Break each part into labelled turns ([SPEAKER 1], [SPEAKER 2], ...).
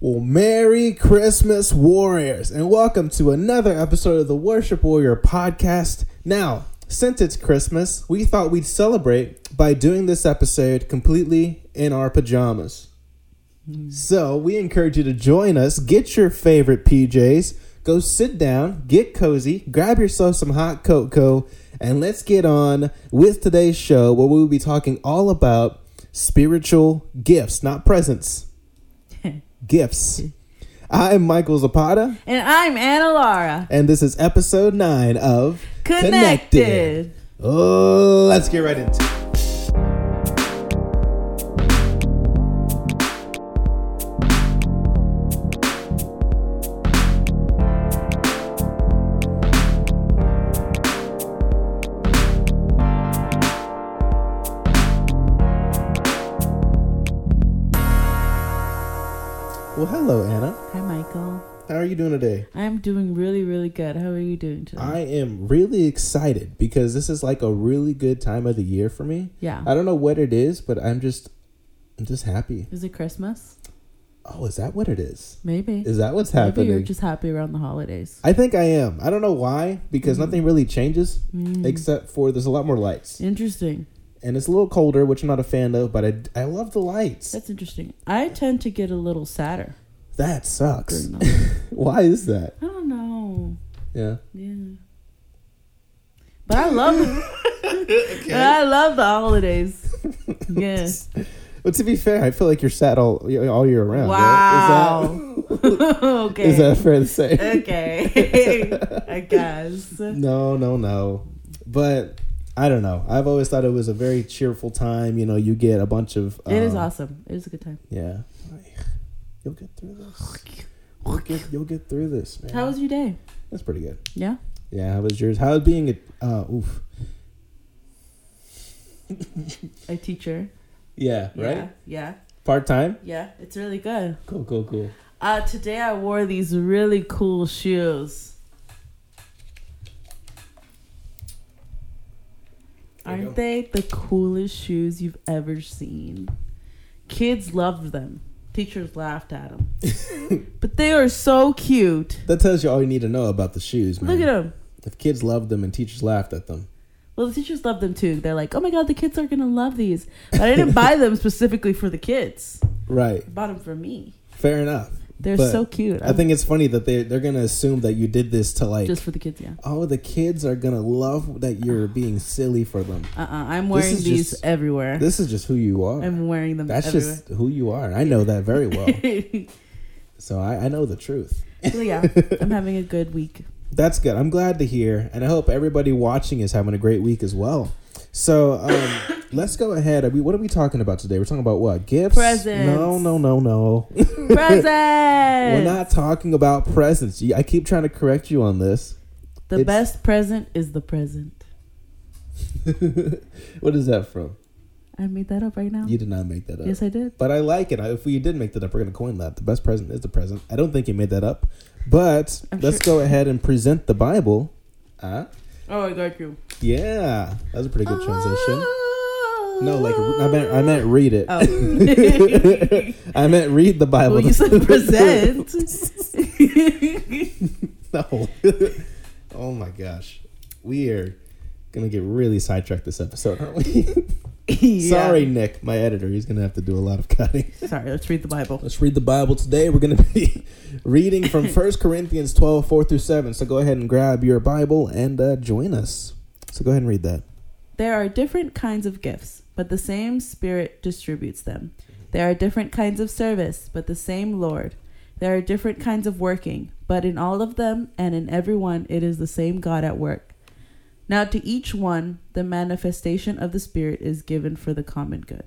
[SPEAKER 1] Well, Merry Christmas, Warriors, and welcome to another episode of the Worship Warrior podcast. Now, since it's Christmas, we thought we'd celebrate by doing this episode completely in our pajamas. So, we encourage you to join us, get your favorite PJs, go sit down, get cozy, grab yourself some hot cocoa, and let's get on with today's show where we will be talking all about spiritual gifts, not presents gifts. I'm Michael Zapata,
[SPEAKER 2] And I'm Anna Laura.
[SPEAKER 1] and this is episode nine of
[SPEAKER 2] Connected.
[SPEAKER 1] Oh, let's get right into it. Well, hello, Anna.
[SPEAKER 2] Hi, Michael.
[SPEAKER 1] How are you doing today?
[SPEAKER 2] I'm doing really, really good. How are you doing today?
[SPEAKER 1] I am really excited because this is like a really good time of the year for me.
[SPEAKER 2] yeah.
[SPEAKER 1] I don't know what it is, but I'm just I'm just happy.
[SPEAKER 2] is it Christmas?
[SPEAKER 1] Oh, is that what it is?
[SPEAKER 2] Maybe.
[SPEAKER 1] Is that what's
[SPEAKER 2] Maybe you're
[SPEAKER 1] happening?
[SPEAKER 2] just happy around the holidays.
[SPEAKER 1] I think I am. I don't know why because nothing really changes
[SPEAKER 2] Mm.
[SPEAKER 1] except for there's a lot more lights
[SPEAKER 2] Interesting.
[SPEAKER 1] and it's a little colder, which I'm not a fan of, but I, I love the lights.
[SPEAKER 2] That's interesting. I tend to get a little sadder.
[SPEAKER 1] That sucks.
[SPEAKER 2] during the-
[SPEAKER 1] why is that?
[SPEAKER 2] I don't know.
[SPEAKER 1] Yeah.
[SPEAKER 2] Yeah. But I love but I love the holidays. Yes.
[SPEAKER 1] But to be fair, I feel like you're sad all all year around. right?
[SPEAKER 2] wow. okay.
[SPEAKER 1] Is that, is that fair to say?
[SPEAKER 2] okay. I guess.
[SPEAKER 1] No, no, no. But I don't know. I've always thought it was a very cheerful time. You know, you get a bunch of.
[SPEAKER 2] It is
[SPEAKER 1] um,
[SPEAKER 2] awesome. It is a good time.
[SPEAKER 1] Yeah. You'll get through this. You'll get, you'll get through this, man.
[SPEAKER 2] How was your day?
[SPEAKER 1] That's pretty good.
[SPEAKER 2] Yeah.
[SPEAKER 1] Yeah, how was yours? How was being a. Uh, oof.
[SPEAKER 2] A teacher.
[SPEAKER 1] Yeah, right?
[SPEAKER 2] Yeah.
[SPEAKER 1] Part time?
[SPEAKER 2] Yeah. yeah. It's really good.
[SPEAKER 1] Cool, cool, cool.
[SPEAKER 2] Uh, today I wore these really cool shoes.
[SPEAKER 1] There you
[SPEAKER 2] Aren't they the coolest shoes you've ever seen? Kids loved them. Teachers laughed at them. but they are so cute.
[SPEAKER 1] That tells you all you need to know about the shoes, man.
[SPEAKER 2] Look at them.
[SPEAKER 1] If kids loved them and teachers laughed at them.
[SPEAKER 2] Well, the teachers love them too. They're like, oh my God, the kids are going to love these. But I didn't buy them specifically for the kids,
[SPEAKER 1] Right.
[SPEAKER 2] I bought them for me.
[SPEAKER 1] Fair enough.
[SPEAKER 2] They're
[SPEAKER 1] But
[SPEAKER 2] so cute.
[SPEAKER 1] I think it's funny that they, they're going to assume that you did this to like.
[SPEAKER 2] just for the kids, yeah.
[SPEAKER 1] Oh, the kids are gonna love that you're being silly for them.
[SPEAKER 2] Uh uh-uh, uh. i am
[SPEAKER 1] This
[SPEAKER 2] wearing
[SPEAKER 1] is
[SPEAKER 2] these
[SPEAKER 1] just-
[SPEAKER 2] everywhere.
[SPEAKER 1] This is just who you are.
[SPEAKER 2] I'm wearing them
[SPEAKER 1] That's
[SPEAKER 2] everywhere.
[SPEAKER 1] just who you are. and I know that very well. so I, I know the truth.
[SPEAKER 2] so yeah, I'm having a good week.
[SPEAKER 1] That's good. I'm glad to hear, and I hope everybody watching is having a great week as well. So um, let's go ahead. Are we, what are we talking about today? We're talking about what gifts?
[SPEAKER 2] Presents.
[SPEAKER 1] No, no, no, no.
[SPEAKER 2] Presents.
[SPEAKER 1] We're not talking about presents. You- I keep trying to correct you on this.
[SPEAKER 2] the
[SPEAKER 1] it's-
[SPEAKER 2] best present is the present.
[SPEAKER 1] what is that from?
[SPEAKER 2] I made that up right now.
[SPEAKER 1] You did not make that up.
[SPEAKER 2] yes, I did.
[SPEAKER 1] But I like it. I, if we did make that up, we're gonna coin that. The best present is the present. I don't think he made that up, but
[SPEAKER 2] I'm
[SPEAKER 1] let's go ahead and present the Bible. Ah,
[SPEAKER 2] Oh, I got you.
[SPEAKER 1] yeah, that was a pretty good transition. No, like I meant, I meant read it.
[SPEAKER 2] Oh.
[SPEAKER 1] I meant read the Bible.
[SPEAKER 2] well, you said present.
[SPEAKER 1] no. oh my gosh, we are gonna get really sidetracked this episode, aren't we?
[SPEAKER 2] Yeah.
[SPEAKER 1] Sorry, Nick, my editor. He's gonna have to do a lot of cutting.
[SPEAKER 2] Sorry. Let's read the Bible.
[SPEAKER 1] Let's read the Bible today. We're going to be reading from 1 Corinthians 12, 4 through 7. So go ahead and grab your Bible and uh, join us. So go ahead and read that.
[SPEAKER 2] There are different kinds of gifts, but the same Spirit distributes them. There are different kinds of service, but the same Lord. There are different kinds of working, but in all of them and in every one it is the same God at work. Now to each one the manifestation of the Spirit is given for the common good.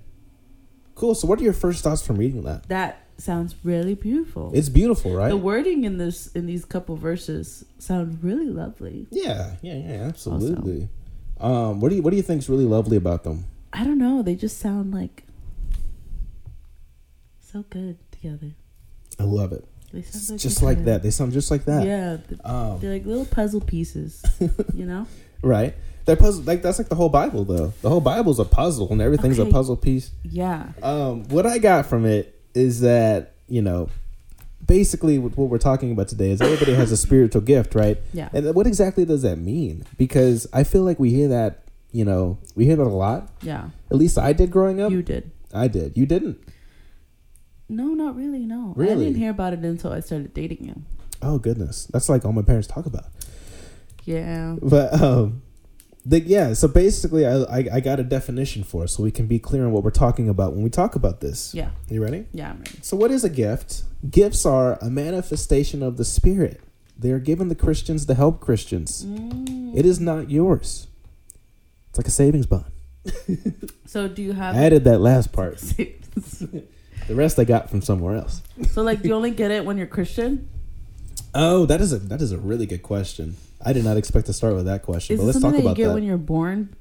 [SPEAKER 1] Cool. So, what are your first thoughts from reading that?
[SPEAKER 2] That sounds really beautiful.
[SPEAKER 1] It's beautiful, right?
[SPEAKER 2] the wording in this in these couple verses sound really lovely.
[SPEAKER 1] yeah, yeah, yeah, absolutely. Um, what do you What do you think's really lovely about them?
[SPEAKER 2] I don't know, they just sound like so good together.
[SPEAKER 1] I love it.
[SPEAKER 2] They sound
[SPEAKER 1] It's
[SPEAKER 2] like
[SPEAKER 1] just
[SPEAKER 2] they're
[SPEAKER 1] like
[SPEAKER 2] good.
[SPEAKER 1] that. They sound just like that.
[SPEAKER 2] Yeah, th-
[SPEAKER 1] Um,
[SPEAKER 2] they're like little puzzle pieces, you know?
[SPEAKER 1] right. That puzzle, like that's like the whole Bible, though. The whole Bible's a puzzle, and everything's
[SPEAKER 2] Okay.
[SPEAKER 1] a puzzle piece.
[SPEAKER 2] Yeah.
[SPEAKER 1] Um, what I got from it is that you know, basically what what we're talking about today is everybody has a spiritual gift, right?
[SPEAKER 2] Yeah.
[SPEAKER 1] And what exactly does that mean? Because I feel like we hear that, you know, we hear that a lot.
[SPEAKER 2] Yeah.
[SPEAKER 1] At least I did growing up.
[SPEAKER 2] You did.
[SPEAKER 1] I did. You didn't.
[SPEAKER 2] No, not really. No. I
[SPEAKER 1] Really?
[SPEAKER 2] didn't hear about it until I started dating him.
[SPEAKER 1] Oh goodness, that's like all my parents talk about.
[SPEAKER 2] Yeah.
[SPEAKER 1] But um, the, yeah. So basically, I, I I got a definition for it, so we can be clear on what we're talking about when we talk about this.
[SPEAKER 2] Yeah.
[SPEAKER 1] You ready?
[SPEAKER 2] Yeah. I'm ready.
[SPEAKER 1] So, what is a gift? Gifts are a manifestation of the Spirit. They are given to Christians to help Christians.
[SPEAKER 2] Mm.
[SPEAKER 1] It is not yours. It's like a savings bond.
[SPEAKER 2] So do you have?
[SPEAKER 1] I added that last part. The rest I got from somewhere else.
[SPEAKER 2] so like, you only get it when you're Christian.
[SPEAKER 1] Oh, that is a that is a really good question. I did not expect to start with that question,
[SPEAKER 2] Is
[SPEAKER 1] but
[SPEAKER 2] it
[SPEAKER 1] let's talk
[SPEAKER 2] something that you
[SPEAKER 1] about
[SPEAKER 2] get
[SPEAKER 1] that.
[SPEAKER 2] when you're born?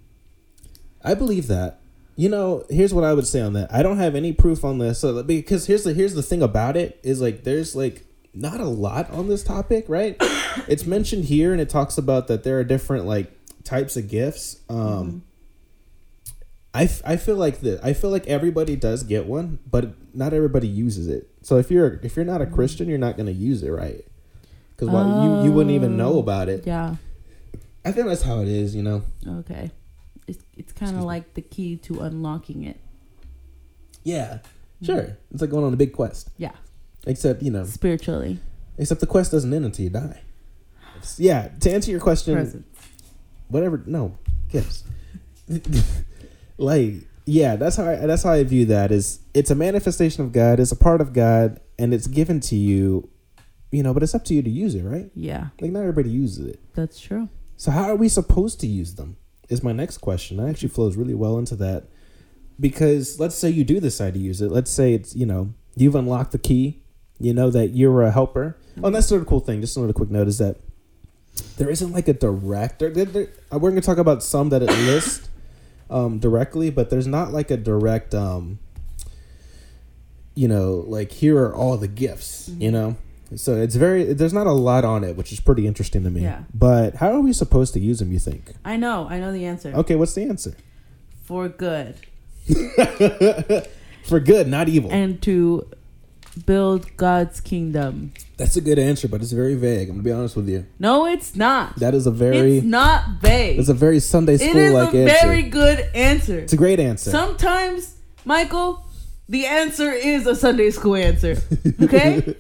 [SPEAKER 1] I believe that. You know, here's what I would say on that. I don't have any proof on this, so, because here's the here's the thing about it is like there's like not a lot on this topic, right? it's mentioned here, and it talks about that there are different like types of gifts. Um, I, f- I feel like the I feel like everybody does get one, but not everybody uses it. So if you're if you're not a Christian, you're not gonna use it, right? Because you you wouldn't even know
[SPEAKER 2] Oh.
[SPEAKER 1] about it.
[SPEAKER 2] Yeah.
[SPEAKER 1] I think that's how it is, you know.
[SPEAKER 2] Okay. It's it's
[SPEAKER 1] Excuse
[SPEAKER 2] kind of
[SPEAKER 1] me.
[SPEAKER 2] like the key to unlocking it.
[SPEAKER 1] Yeah, sure. It's like going on a big quest.
[SPEAKER 2] Yeah.
[SPEAKER 1] Except you know,
[SPEAKER 2] Spiritually.
[SPEAKER 1] Except the quest doesn't end until you die. It's- yeah, to answer your question,
[SPEAKER 2] Presence.
[SPEAKER 1] whatever. No gifts. like yeah, that's how I, that's how I view that. Is it's a manifestation of God, it's a part of God, and it's given to you, you know. But it's up to you to use it, right?
[SPEAKER 2] Yeah.
[SPEAKER 1] Like not everybody uses it.
[SPEAKER 2] That's true.
[SPEAKER 1] So how are we supposed to use them? Is my next question. That actually flows really well into that because let's say you do decide to use it. Let's say it's you know you've unlocked the key. You know that you're a helper. Oh, and that's sort of cool thing. Just another quick note is that there isn't like a direct. There, there, there- uh, we're going to talk about some that it lists um, directly, but there's not like a direct. Um, you know, like here are all the gifts. You know, so it's very. There's not a lot on it, which is pretty interesting to me.
[SPEAKER 2] Yeah.
[SPEAKER 1] But how are we supposed to use them? You think?
[SPEAKER 2] I know. I know the answer.
[SPEAKER 1] Okay, what's the answer?
[SPEAKER 2] For good
[SPEAKER 1] For good, not evil.
[SPEAKER 2] and to build God's kingdom.
[SPEAKER 1] That's a good answer, but it's very vague. I'm gonna be honest with you.
[SPEAKER 2] No, it's not.
[SPEAKER 1] That is a very
[SPEAKER 2] it's not vague.
[SPEAKER 1] It's a very Sunday
[SPEAKER 2] It is
[SPEAKER 1] school like
[SPEAKER 2] a
[SPEAKER 1] answer.
[SPEAKER 2] very good answer.
[SPEAKER 1] it's a great answer.
[SPEAKER 2] Sometimes, Michael, the answer is a Sunday school answer. Okay?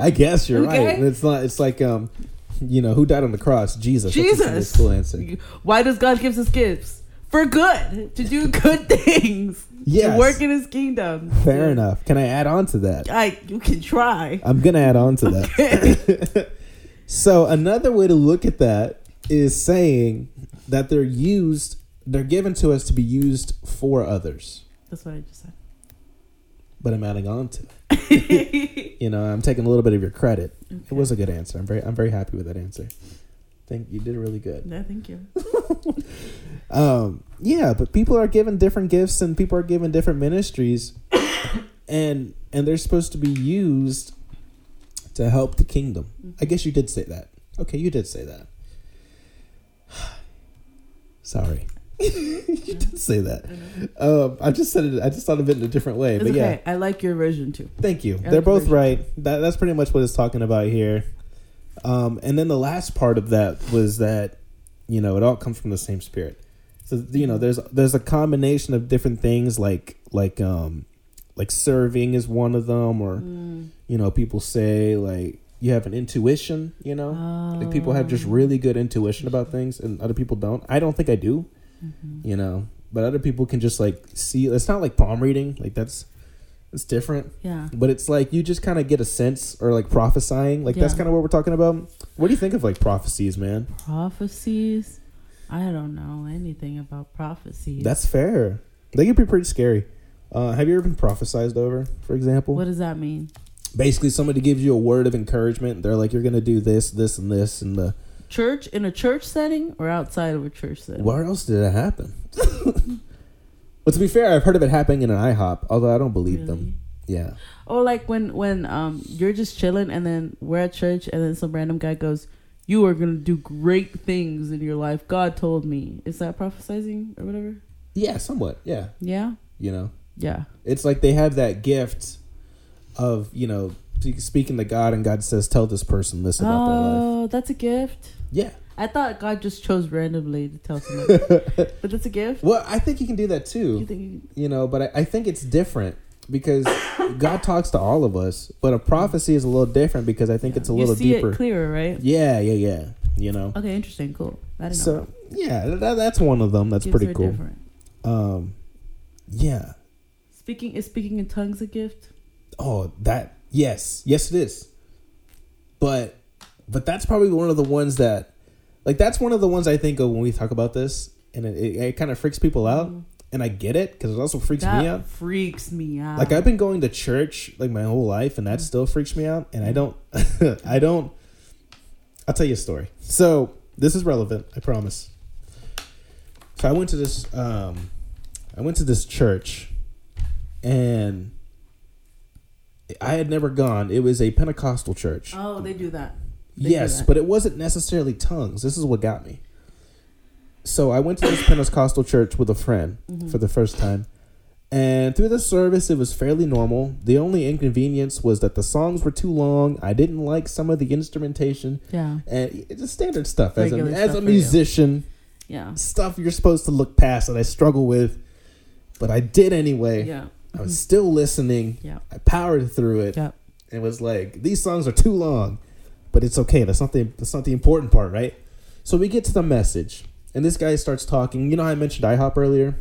[SPEAKER 1] I guess you're right.
[SPEAKER 2] Okay.
[SPEAKER 1] It's not. It's like um, you know, who died on the cross? Jesus. That's a Sunday
[SPEAKER 2] Jesus.
[SPEAKER 1] school answer.
[SPEAKER 2] Why does God give us gifts? For good, to do good things,
[SPEAKER 1] Yes.
[SPEAKER 2] to work in His kingdom.
[SPEAKER 1] Fair enough. Can I add on to that?
[SPEAKER 2] I, you can try.
[SPEAKER 1] I'm gonna add on to that. so another way to look at that is saying that they're used. They're given to us to be used for others.
[SPEAKER 2] That's what I just said.
[SPEAKER 1] But I'm adding on to. it. you know, I'm taking a little bit of your credit. It was a good answer. I'm very I'm very happy with that answer. Think you did really good.
[SPEAKER 2] No, thank you.
[SPEAKER 1] Um, yeah, but people are given different gifts and people are given different ministries, and and they're supposed to be used to help the kingdom.
[SPEAKER 2] Mm-hmm.
[SPEAKER 1] I guess you did say that. Okay, you did say that. Sorry, you did say that. Um, I just said it. I just thought of it in a different way.
[SPEAKER 2] It's
[SPEAKER 1] but yeah,
[SPEAKER 2] okay. I like your version too.
[SPEAKER 1] Thank you.
[SPEAKER 2] Yeah,
[SPEAKER 1] They're
[SPEAKER 2] that's
[SPEAKER 1] both
[SPEAKER 2] very
[SPEAKER 1] right. That, that's pretty much what it's talking about here. Um, and then the last part of that was that, you know, it all comes from the same spirit. So you know, there's there's a combination of different things like like um like serving is one of them, or
[SPEAKER 2] Mm.
[SPEAKER 1] you know, people say like you have an intuition. You know, like people have
[SPEAKER 2] Oh. Um.
[SPEAKER 1] just really good intuition about things, and other people don't. I don't think I do.
[SPEAKER 2] Mm-hmm.
[SPEAKER 1] You know, but other people can just like see. It's not like palm reading. Like that's it's different
[SPEAKER 2] Yeah.
[SPEAKER 1] but it's like you just kind of get a sense or like prophesying like that's
[SPEAKER 2] Yeah.
[SPEAKER 1] kind of what we're talking about what do you think of like prophecies man
[SPEAKER 2] Prophecies. I don't know anything about prophecies.
[SPEAKER 1] that's fair they can be pretty scary uh, have you ever been prophesized over for example
[SPEAKER 2] what does that mean?
[SPEAKER 1] basically somebody gives you a word of encouragement they're like you're gonna do this this and this and the
[SPEAKER 2] Church in a church setting or outside of a church setting?
[SPEAKER 1] where else did it happen well to be fair i've heard of it happening in an ihop although i don't believe them yeah
[SPEAKER 2] Or like when when um you're just chilling and then we're at church and then some random guy goes, "You are gonna do great things in your life." God told me. Is that prophesizing or whatever?
[SPEAKER 1] yeah somewhat yeah
[SPEAKER 2] Yeah.
[SPEAKER 1] you know
[SPEAKER 2] Yeah.
[SPEAKER 1] it's like they have that gift of you know speaking to God, and God says, "Tell this person this about their life."
[SPEAKER 2] Oh, that's a gift.
[SPEAKER 1] Yeah.
[SPEAKER 2] I thought God just chose randomly to tell somebody, but that's a gift.
[SPEAKER 1] Well, I think you can do that
[SPEAKER 2] You
[SPEAKER 1] too,
[SPEAKER 2] think? You,
[SPEAKER 1] you know. But I, I think it's different because God talks to all of us, but a prophecy is a little different because I think it's a
[SPEAKER 2] you
[SPEAKER 1] little
[SPEAKER 2] see
[SPEAKER 1] deeper.
[SPEAKER 2] it clearer, right?
[SPEAKER 1] yeah, yeah, yeah. You know.
[SPEAKER 2] Okay, interesting. Cool. I don't know.
[SPEAKER 1] So yeah, that, that's one of them. That's
[SPEAKER 2] Gifts
[SPEAKER 1] pretty
[SPEAKER 2] are
[SPEAKER 1] cool.
[SPEAKER 2] Different.
[SPEAKER 1] Um, yeah.
[SPEAKER 2] Speaking is speaking in tongues a gift.
[SPEAKER 1] Oh, that yes, yes it is. But but that's probably one of the ones that like that's one of the ones I think of when we talk about this, and it, it, it kind of freaks people out,
[SPEAKER 2] Mhm.
[SPEAKER 1] and I get it because it also freaks
[SPEAKER 2] that
[SPEAKER 1] me out.
[SPEAKER 2] freaks me out.
[SPEAKER 1] Like I've been going to church like my whole life, and that still freaks me out. And I don't, I don't. I'll tell you a story. So this is relevant, I promise. So I went to this, um, I went to this church, and I had never gone. It was a Pentecostal church.
[SPEAKER 2] Oh, they do that. they do
[SPEAKER 1] yes,
[SPEAKER 2] that.
[SPEAKER 1] but it wasn't necessarily tongues. This is what got me. So I went to this Pentecostal church with a friend
[SPEAKER 2] Mhm.
[SPEAKER 1] for the first time. And through the service, it was fairly normal. The only inconvenience was that the songs were too long. I didn't like some of the instrumentation
[SPEAKER 2] Yeah,
[SPEAKER 1] and it's just standard stuff. As a,
[SPEAKER 2] Regular
[SPEAKER 1] as
[SPEAKER 2] stuff
[SPEAKER 1] a
[SPEAKER 2] for you.
[SPEAKER 1] musician,
[SPEAKER 2] yeah,
[SPEAKER 1] stuff you're supposed to look past that I struggle with, but I did anyway.
[SPEAKER 2] yeah.
[SPEAKER 1] I was still listening.
[SPEAKER 2] Yeah.
[SPEAKER 1] I powered through it.
[SPEAKER 2] Yeah.
[SPEAKER 1] And was like, these songs are too long, but it's okay. That's not the that's not the important part, right? So we get to the message, and this guy starts talking. You know, how I mentioned IHOP earlier.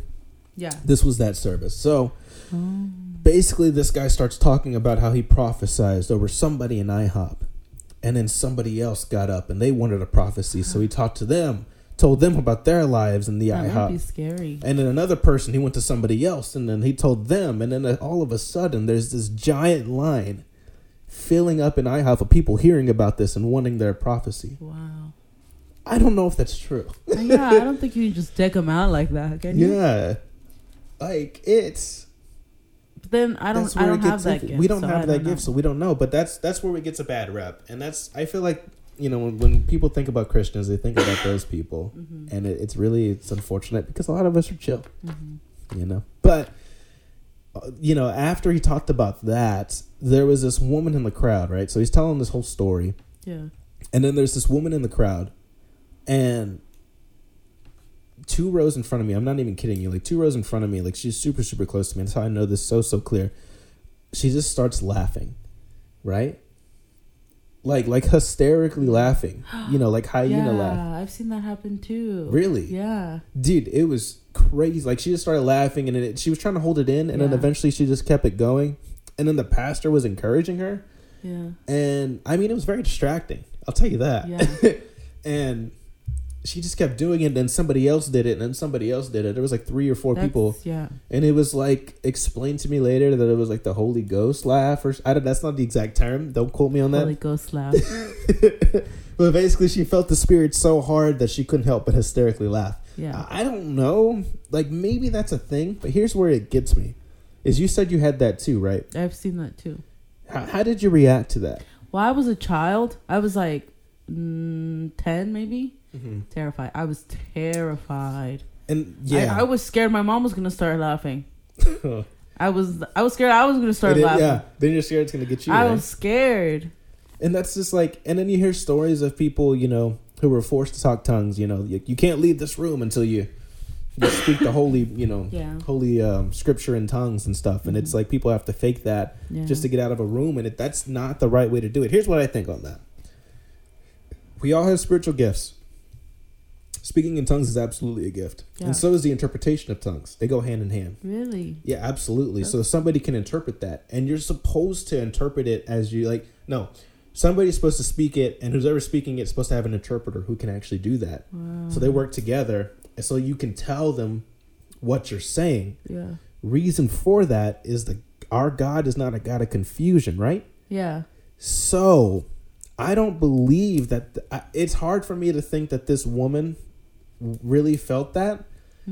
[SPEAKER 2] Yeah.
[SPEAKER 1] This was that service. So Oh. basically, this guy starts talking about how he prophesized over somebody in IHOP, and then somebody else got up and they wanted a prophecy. So he talked to them, told them about their lives in the
[SPEAKER 2] that
[SPEAKER 1] IHOP.
[SPEAKER 2] would be scary.
[SPEAKER 1] And then another person, he went to somebody else, and then he told them, and then all of a sudden, there's this giant line filling up in IHOP of people hearing about this and wanting their prophecy.
[SPEAKER 2] Wow.
[SPEAKER 1] I don't know if that's true.
[SPEAKER 2] yeah, I don't think you can just deck them out like that, can you?
[SPEAKER 1] Yeah, like it's.
[SPEAKER 2] But then I don't.
[SPEAKER 1] that's
[SPEAKER 2] I
[SPEAKER 1] where
[SPEAKER 2] don't
[SPEAKER 1] it
[SPEAKER 2] have
[SPEAKER 1] gets
[SPEAKER 2] that
[SPEAKER 1] iffy.
[SPEAKER 2] gift.
[SPEAKER 1] We don't
[SPEAKER 2] so
[SPEAKER 1] have
[SPEAKER 2] I
[SPEAKER 1] that
[SPEAKER 2] don't
[SPEAKER 1] gift, so we don't know. But that's that's where it gets a bad rep, and that's I feel like you know when, when people think about Christians, they think about those people,
[SPEAKER 2] know. Mhm,
[SPEAKER 1] and it, it's really it's unfortunate because a lot of us are chill.
[SPEAKER 2] mhm.
[SPEAKER 1] you know but uh, you know after he talked about that there was this woman in the crowd right so he's telling this whole story
[SPEAKER 2] Yeah.
[SPEAKER 1] and then there's this woman in the crowd and two rows in front of me i'm not even kidding you like two rows in front of me like she's super super close to me that's how i know this so so clear she just starts laughing right like like hysterically laughing you know like hyena
[SPEAKER 2] yeah,
[SPEAKER 1] laugh
[SPEAKER 2] I've seen that happen too.
[SPEAKER 1] really
[SPEAKER 2] Yeah.
[SPEAKER 1] dude it was crazy like she just started laughing and it, she was trying to hold it in and then
[SPEAKER 2] Yeah.
[SPEAKER 1] eventually she just kept it going and then the pastor was encouraging her
[SPEAKER 2] Yeah.
[SPEAKER 1] and i mean it was very distracting i'll tell you that
[SPEAKER 2] Yeah.
[SPEAKER 1] and she just kept doing it and then somebody else did it and then somebody else did it there was like three or four
[SPEAKER 2] That's-
[SPEAKER 1] people
[SPEAKER 2] Yeah.
[SPEAKER 1] and it was like explained to me later that it was like the holy ghost laugh or s- i don't that's not the exact term don't quote me on that
[SPEAKER 2] Holy Ghost laugh.
[SPEAKER 1] but basically she felt the spirit so hard that she couldn't help but hysterically laugh
[SPEAKER 2] Yeah.
[SPEAKER 1] I I don't know. Like maybe that's a thing, but here's where it gets me. Is you said you had that too, right?
[SPEAKER 2] I've seen that too.
[SPEAKER 1] How, how did you react to that?
[SPEAKER 2] Well, I was a child. I was like mm, 10, maybe. Terrified. I was terrified.
[SPEAKER 1] And
[SPEAKER 2] I, I
[SPEAKER 1] yeah,
[SPEAKER 2] was scared my mom was going to start laughing. I was I was scared I was going to start
[SPEAKER 1] It is-
[SPEAKER 2] laughing.
[SPEAKER 1] yeah. Then you're scared it's gonna get you.
[SPEAKER 2] I
[SPEAKER 1] right?
[SPEAKER 2] was scared.
[SPEAKER 1] And that's just like, and then you hear stories of people, you know, who were forced to talk tongues. You know, you, you can't leave this room until you, you speak the holy, you know,
[SPEAKER 2] Yeah. Mm-hmm.
[SPEAKER 1] holy um, scripture in tongues and stuff. And it's like people have to fake that
[SPEAKER 2] yeah.
[SPEAKER 1] just to get out of a room and it, that's not the right way to do it here's what i think on that we all have spiritual gifts speaking in tongues is absolutely a gift
[SPEAKER 2] Yeah.
[SPEAKER 1] and so is the interpretation of tongues they go hand in hand
[SPEAKER 2] really.
[SPEAKER 1] yeah absolutely so somebody can interpret that and you're supposed to interpret it as you like no somebody's supposed to speak it and who's ever speaking it's supposed to have an interpreter who can actually do that
[SPEAKER 2] Wow.
[SPEAKER 1] so they work together and so you can tell them what you're saying
[SPEAKER 2] Yeah.
[SPEAKER 1] reason for that is the our god is not a god of confusion right
[SPEAKER 2] Yeah.
[SPEAKER 1] so, I don't believe that. th- I- it's hard for me to think that this woman really felt that.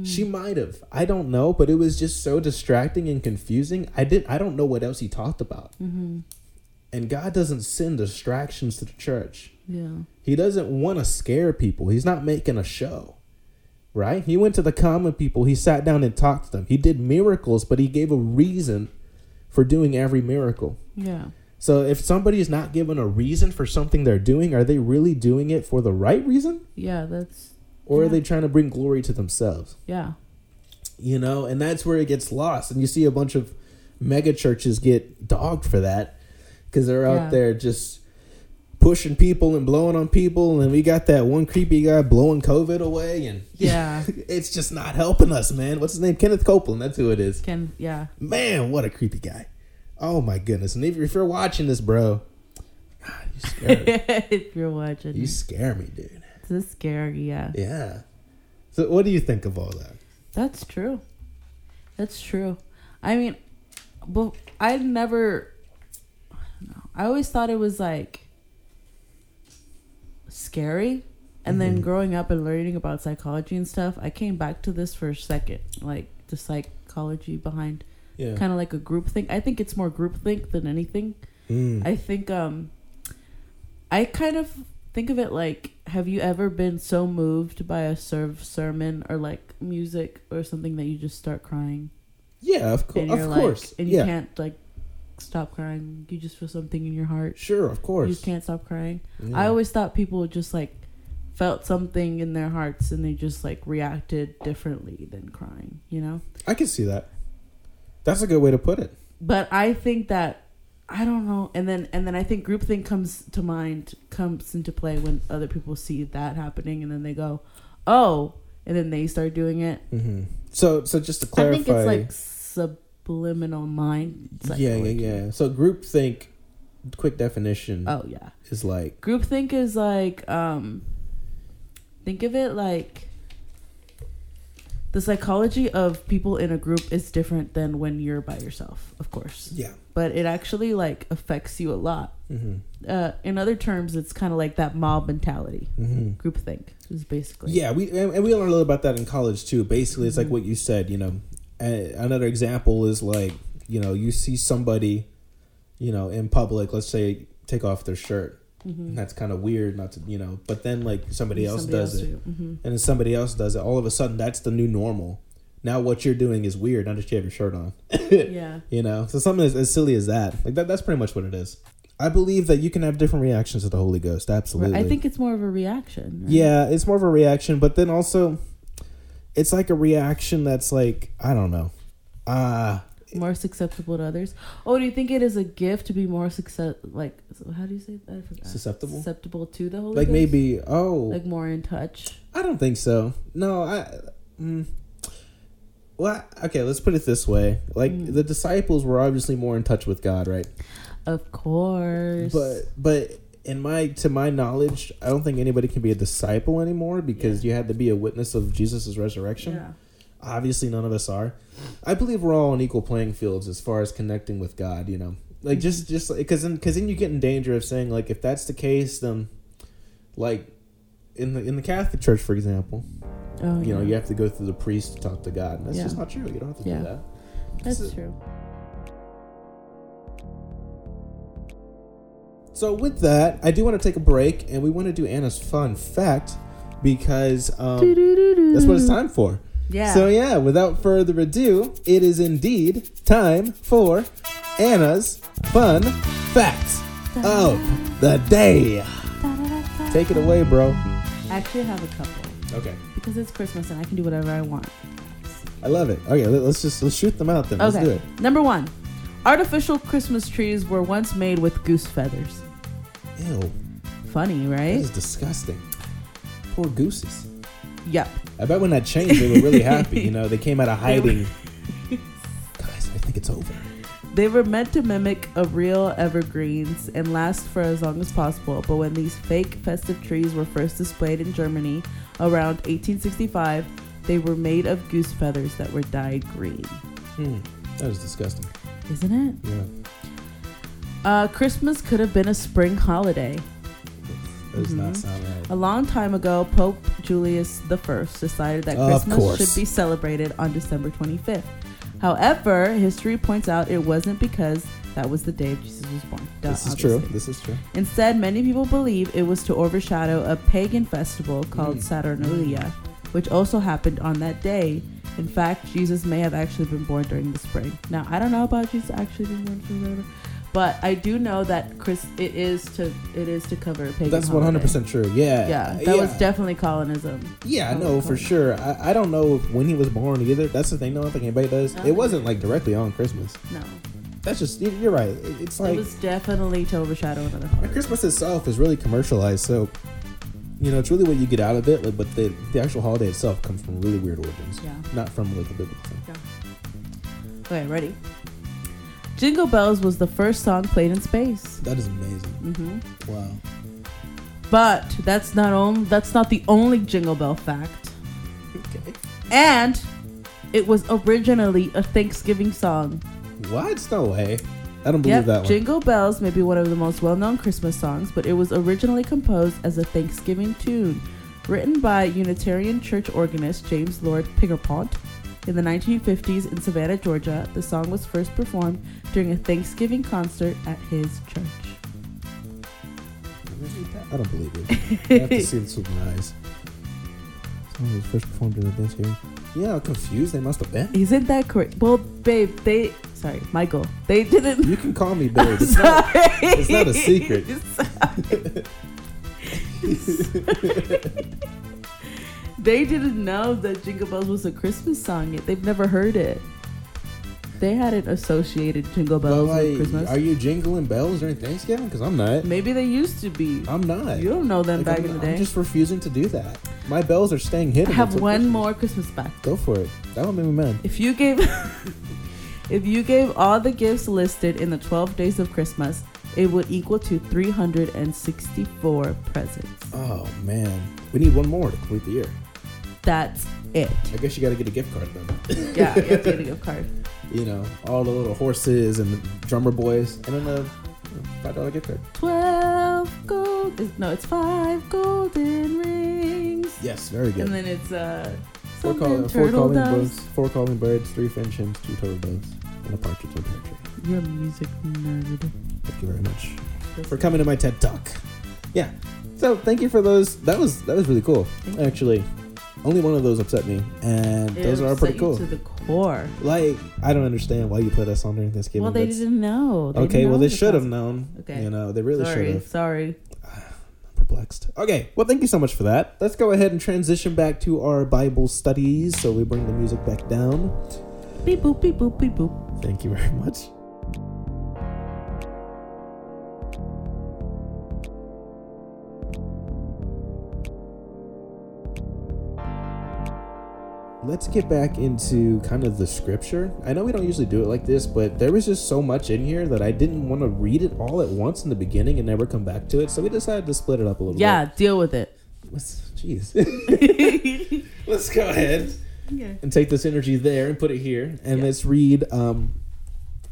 [SPEAKER 1] She might have. I don't know, but it was just so distracting and confusing. I did. I don't know what else he talked about.
[SPEAKER 2] Mm-hmm.
[SPEAKER 1] And God doesn't send distractions to the church.
[SPEAKER 2] Yeah.
[SPEAKER 1] He doesn't want to scare people. He's not making a show. Right? He went to the common people. He sat down and talked to them. He did miracles, but he gave a reason for doing every miracle.
[SPEAKER 2] Yeah.
[SPEAKER 1] So if somebody is not given a reason for something they're doing, are they really doing it for the right reason?
[SPEAKER 2] Yeah, that's
[SPEAKER 1] Or are
[SPEAKER 2] Yeah.
[SPEAKER 1] they trying to bring glory to themselves?
[SPEAKER 2] yeah.
[SPEAKER 1] You know, and that's where it gets lost. And you see a bunch of mega churches get dogged for that because they're out
[SPEAKER 2] Yeah.
[SPEAKER 1] there just pushing people and blowing on people. And we got that one creepy guy blowing COVID away. And
[SPEAKER 2] Yeah.
[SPEAKER 1] it's just not helping us, man. What's his name? Kenneth Copeland. That's who it is.
[SPEAKER 2] Can yeah.
[SPEAKER 1] Man, what a creepy guy. Oh my goodness. And if, if you're watching this, bro, ah, you scare me.
[SPEAKER 2] if you're watching
[SPEAKER 1] you scare me, dude.
[SPEAKER 2] this is scary, yeah.
[SPEAKER 1] Yeah. So what do you think of all that?
[SPEAKER 2] That's true. That's true. I mean but I never I don't know. I always thought it was like scary. And then
[SPEAKER 1] Mhm.
[SPEAKER 2] growing up and learning about psychology and stuff, I came back to this for a second, like the psychology behind
[SPEAKER 1] Yeah.
[SPEAKER 2] kind of like a group thing. I think it's more group think than anything.
[SPEAKER 1] Mm.
[SPEAKER 2] I think um I kind of think of it like have you ever been so moved by a serv- sermon or like music or something that you just start crying
[SPEAKER 1] yeah, of, co-
[SPEAKER 2] and you're
[SPEAKER 1] of
[SPEAKER 2] like
[SPEAKER 1] course.
[SPEAKER 2] and you
[SPEAKER 1] Yeah.
[SPEAKER 2] can't like stop crying. You just feel something in your heart.
[SPEAKER 1] Sure, of
[SPEAKER 2] You
[SPEAKER 1] course.
[SPEAKER 2] just can't stop crying.
[SPEAKER 1] Yeah.
[SPEAKER 2] I always thought people just like felt something in their hearts and they just like reacted differently than crying, you know?
[SPEAKER 1] I can see that. That's a good way to put it.
[SPEAKER 2] but I think that I don't know, and then and then I think groupthink comes to mind, comes into play when other people see that happening, and then they go, "Oh," and then they start doing it.
[SPEAKER 1] Mm-hmm. So, so just to
[SPEAKER 2] I
[SPEAKER 1] clarify,
[SPEAKER 2] think it's like subliminal mind.
[SPEAKER 1] yeah, yeah,
[SPEAKER 2] psychology.
[SPEAKER 1] yeah. So groupthink, quick definition
[SPEAKER 2] Oh yeah,
[SPEAKER 1] is like
[SPEAKER 2] groupthink is like um, think of it like the psychology of people in a group is different than when you're by yourself, of course,
[SPEAKER 1] yeah.
[SPEAKER 2] but it actually like affects you a lot.
[SPEAKER 1] Mm-hmm.
[SPEAKER 2] uh, in other terms, it's kind of like that mob mentality,
[SPEAKER 1] Mm-hmm.
[SPEAKER 2] groupthink is basically.
[SPEAKER 1] Yeah, we and, and we learned a little about that in college too. Basically, it's like
[SPEAKER 2] Mhm.
[SPEAKER 1] what you said. You know, A another example is like you know you see somebody, you know, in public. Let's say take off their shirt.
[SPEAKER 2] Mhm.
[SPEAKER 1] And that's kind of weird, not to you know. But then like somebody else does it,
[SPEAKER 2] hmm
[SPEAKER 1] and then somebody else does it. All of a sudden, that's the new normal. Now what you're doing is weird. Now that you have your shirt on,
[SPEAKER 2] yeah,
[SPEAKER 1] you know. So something as, as silly as that, like that, that's pretty much what it is. I believe that you can have different reactions to the Holy Ghost. Absolutely.
[SPEAKER 2] I think it's more of a reaction. right?
[SPEAKER 1] Yeah, it's more of a reaction, but then also it's like a reaction that's like, I don't know. Uh
[SPEAKER 2] more susceptible to others. Oh, do you think it is a gift to be more success? Like, so how do you say that? I forgot.
[SPEAKER 1] Susceptible?
[SPEAKER 2] Susceptible to the Holy
[SPEAKER 1] like
[SPEAKER 2] Ghost?
[SPEAKER 1] maybe oh
[SPEAKER 2] like more in touch.
[SPEAKER 1] I don't think so. No, I mm, well, okay, let's put it this way. Like
[SPEAKER 2] Mm.
[SPEAKER 1] the disciples were obviously more in touch with God, right?
[SPEAKER 2] Of course,
[SPEAKER 1] But but in my to my knowledge, I don't think anybody can be a disciple anymore because you had to be a witness of Jesus' resurrection.
[SPEAKER 2] yeah,
[SPEAKER 1] obviously none of us are i believe we're all on equal playing fields as far as connecting with god you know like
[SPEAKER 2] Mm-hmm.
[SPEAKER 1] just just because then because then you get in danger of saying like if that's the case then like in the in the catholic church for example
[SPEAKER 2] oh,
[SPEAKER 1] you know
[SPEAKER 2] yeah.
[SPEAKER 1] you have to go through the priest to talk to god and that's
[SPEAKER 2] Yeah.
[SPEAKER 1] just not true you don't have to
[SPEAKER 2] Yeah.
[SPEAKER 1] do that
[SPEAKER 2] that's
[SPEAKER 1] so-
[SPEAKER 2] true.
[SPEAKER 1] so with that i do want to take a break and we want to do anna's fun fact because um,
[SPEAKER 2] Doo-doo-doo-doo.
[SPEAKER 1] that's what it's time for
[SPEAKER 2] Yeah.
[SPEAKER 1] So yeah, without further ado, it is indeed time for Anna's fun fact of the day. Take it away, bro.
[SPEAKER 2] I actually have a couple
[SPEAKER 1] Okay,
[SPEAKER 2] because it's Christmas and I can do whatever I want.
[SPEAKER 1] I love it. Okay, let- let's just let's shoot them out then. Let's do it.
[SPEAKER 2] Number one, artificial Christmas trees were once made with goose feathers.
[SPEAKER 1] Ew,
[SPEAKER 2] Funny,
[SPEAKER 1] that
[SPEAKER 2] right?
[SPEAKER 1] is disgusting. Poor gooses.
[SPEAKER 2] Yep.
[SPEAKER 1] I bet when that changed, they were really happy. You know, they came out of hiding. Guys, I think it's over.
[SPEAKER 2] They were meant to mimic a real evergreens and last for as long as possible, but when these fake festive trees were first displayed in Germany around 1865, they were made of goose feathers that were dyed green.
[SPEAKER 1] Hmm, that is disgusting.
[SPEAKER 2] Isn't it?
[SPEAKER 1] Yeah,
[SPEAKER 2] Uh, Christmas could have been a spring holiday.
[SPEAKER 1] that does not
[SPEAKER 2] Mhm.
[SPEAKER 1] sound right.
[SPEAKER 2] A long time ago, Pope Julius I decided that
[SPEAKER 1] Of
[SPEAKER 2] Christmas
[SPEAKER 1] course.
[SPEAKER 2] should be celebrated on December 25th. However, history points out it wasn't because that was the day Jesus was born. Duh,
[SPEAKER 1] This is
[SPEAKER 2] obviously.
[SPEAKER 1] true. This is true.
[SPEAKER 2] Instead, many people believe it was to overshadow a pagan festival called
[SPEAKER 1] Mm.
[SPEAKER 2] Saturnalia, which also happened on that day. In fact, Jesus may have actually been born during the spring. Now, I don't know about Jesus actually being born during whatever, But I do know that Chris, it is to it is to cover a pagan.
[SPEAKER 1] That's one
[SPEAKER 2] holiday.
[SPEAKER 1] hundred percent true. Yeah,
[SPEAKER 2] Yeah, that was definitely colonism.
[SPEAKER 1] Yeah,
[SPEAKER 2] that was
[SPEAKER 1] no, for
[SPEAKER 2] cool.
[SPEAKER 1] sure. I, I don't know when he was born either. That's the thing. No, I don't think anybody does.
[SPEAKER 2] No.
[SPEAKER 1] It wasn't like directly on Christmas.
[SPEAKER 2] No,
[SPEAKER 1] That's just you- you're right. It- It's
[SPEAKER 2] it
[SPEAKER 1] like
[SPEAKER 2] was definitely to overshadow another holiday.
[SPEAKER 1] Christmas itself is really commercialized. So you know, it's really what you get out of it. like, But the the actual holiday itself comes from really weird origins.
[SPEAKER 2] Yeah.
[SPEAKER 1] Not from like the biblical thing.
[SPEAKER 2] Okay, ready. Jingle Bells was the first song played in space.
[SPEAKER 1] That is amazing.
[SPEAKER 2] hmm
[SPEAKER 1] Wow.
[SPEAKER 2] But that's not on, that's not the only Jingle Bell fact.
[SPEAKER 1] Okay.
[SPEAKER 2] And it was originally a Thanksgiving song.
[SPEAKER 1] What? No way. I don't believe
[SPEAKER 2] Yep,
[SPEAKER 1] that one.
[SPEAKER 2] Jingle Bells may be one of the most well-known Christmas songs, but it was originally composed as a Thanksgiving tune, written by Unitarian Church organist James Lord Pingerpont. In the 1950s in Savannah, Georgia, the song was first performed during a Thanksgiving concert at his church.
[SPEAKER 1] I don't believe it. I have to see this with my eyes. Song was first performed during the Thanksgiving. Yeah, I'm confused. They must have been.
[SPEAKER 2] Isn't that correct? Well, babe, they sorry, Michael, they didn't.
[SPEAKER 1] You can call me Billy.
[SPEAKER 2] I'm sorry.
[SPEAKER 1] it's not a secret.
[SPEAKER 2] they didn't know that Jingle Bells was a Christmas song yet. They've never heard it. They hadn't associated Jingle
[SPEAKER 1] But
[SPEAKER 2] Bells with
[SPEAKER 1] like,
[SPEAKER 2] Christmas.
[SPEAKER 1] are you jingling bells during Thanksgiving? Because I'm not.
[SPEAKER 2] Maybe they used to be.
[SPEAKER 1] I'm not.
[SPEAKER 2] You don't know them
[SPEAKER 1] Like,
[SPEAKER 2] back
[SPEAKER 1] I'm,
[SPEAKER 2] in the
[SPEAKER 1] I'm
[SPEAKER 2] day.
[SPEAKER 1] just refusing to do that. My bells are staying hidden.
[SPEAKER 2] I have
[SPEAKER 1] until
[SPEAKER 2] one
[SPEAKER 1] Christmas.
[SPEAKER 2] more Christmas fact.
[SPEAKER 1] Go for it. That one made me mad.
[SPEAKER 2] If you gave if you gave all the gifts listed in the 12 days of Christmas, it would equal to 364 presents.
[SPEAKER 1] Oh man, we need one more to complete the year.
[SPEAKER 2] That's it.
[SPEAKER 1] I guess you got to get a gift card then.
[SPEAKER 2] Yeah, you have to get a gift card.
[SPEAKER 1] You know, all the little horses and the drummer boys, and then a five dollar gift card.
[SPEAKER 2] 12 gold is- no, it's 5 golden rings.
[SPEAKER 1] Yes, very good.
[SPEAKER 2] And then it's uh
[SPEAKER 1] four,
[SPEAKER 2] something
[SPEAKER 1] call, four
[SPEAKER 2] turtle
[SPEAKER 1] calling
[SPEAKER 2] doves.
[SPEAKER 1] birds, four calling birds, three finch hens, two turtle doves, and a partridge in a pear tree.
[SPEAKER 2] You're a music nerd.
[SPEAKER 1] Thank you very much. for coming to my TED Talk. Yeah. So thank you for those. That was that was really cool.
[SPEAKER 2] Thank you.
[SPEAKER 1] Actually, only one of those upset me, and
[SPEAKER 2] It
[SPEAKER 1] those are
[SPEAKER 2] upset
[SPEAKER 1] pretty
[SPEAKER 2] you
[SPEAKER 1] cool.
[SPEAKER 2] To the core.
[SPEAKER 1] Like I don't understand why you play that song during Thanksgiving.
[SPEAKER 2] well, they
[SPEAKER 1] That's-
[SPEAKER 2] didn't know.
[SPEAKER 1] okay,
[SPEAKER 2] didn't
[SPEAKER 1] well
[SPEAKER 2] know
[SPEAKER 1] they
[SPEAKER 2] the
[SPEAKER 1] should have
[SPEAKER 2] concept.
[SPEAKER 1] known.
[SPEAKER 2] Okay.
[SPEAKER 1] You know they really should
[SPEAKER 2] sorry,
[SPEAKER 1] have.
[SPEAKER 2] sorry.
[SPEAKER 1] Perplexed. Okay. Well, thank you so much for that. Let's go ahead and transition back to our Bible studies. So we bring the music back down.
[SPEAKER 2] Beep boop, beep boop, beep boop.
[SPEAKER 1] Thank you very much. Let's get back into kind of the scripture. I know we don't usually do it like this, but there was just so much in here that I didn't want to read it all at once in the beginning and never come back to it. So we decided to split it up a little
[SPEAKER 2] Yeah, deal with it.
[SPEAKER 1] bit. Let's, jeez. Let's go ahead
[SPEAKER 2] yeah.
[SPEAKER 1] and take this energy there and put it here and
[SPEAKER 2] Yeah.
[SPEAKER 1] let's read um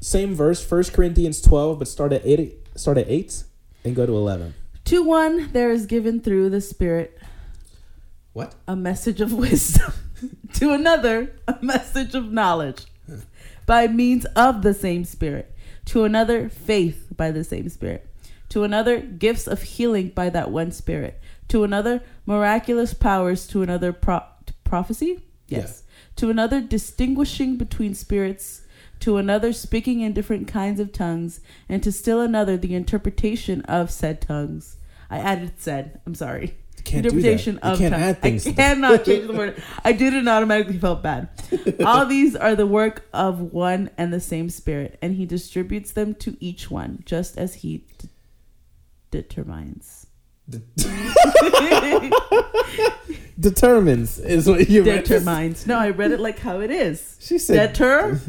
[SPEAKER 1] same verse First corinthians 12 but start at 8 start at 8 and go to 11
[SPEAKER 2] To one, there is given through the Spirit
[SPEAKER 1] what
[SPEAKER 2] a message of wisdom, to another, a message of knowledge by means of the same Spirit, to another, faith by the same Spirit, to another, gifts of healing by that one Spirit, to another, miraculous powers, to another, pro- prophecy? Yes. To another, distinguishing between spirits. To another, speaking in different kinds of tongues, and to still another, the interpretation of said tongues. I added said. I'm sorry
[SPEAKER 1] you can't do that.
[SPEAKER 2] interpretation
[SPEAKER 1] You
[SPEAKER 2] of
[SPEAKER 1] can't
[SPEAKER 2] time.
[SPEAKER 1] add things
[SPEAKER 2] I
[SPEAKER 1] to that.
[SPEAKER 2] cannot change the word. I did it and automatically felt bad. All these are the work of one and the same Spirit, and He distributes them to each one just as He d- determines.
[SPEAKER 1] determines is what you read.
[SPEAKER 2] determines. No, I read it like how it is.
[SPEAKER 1] she said
[SPEAKER 2] Deter,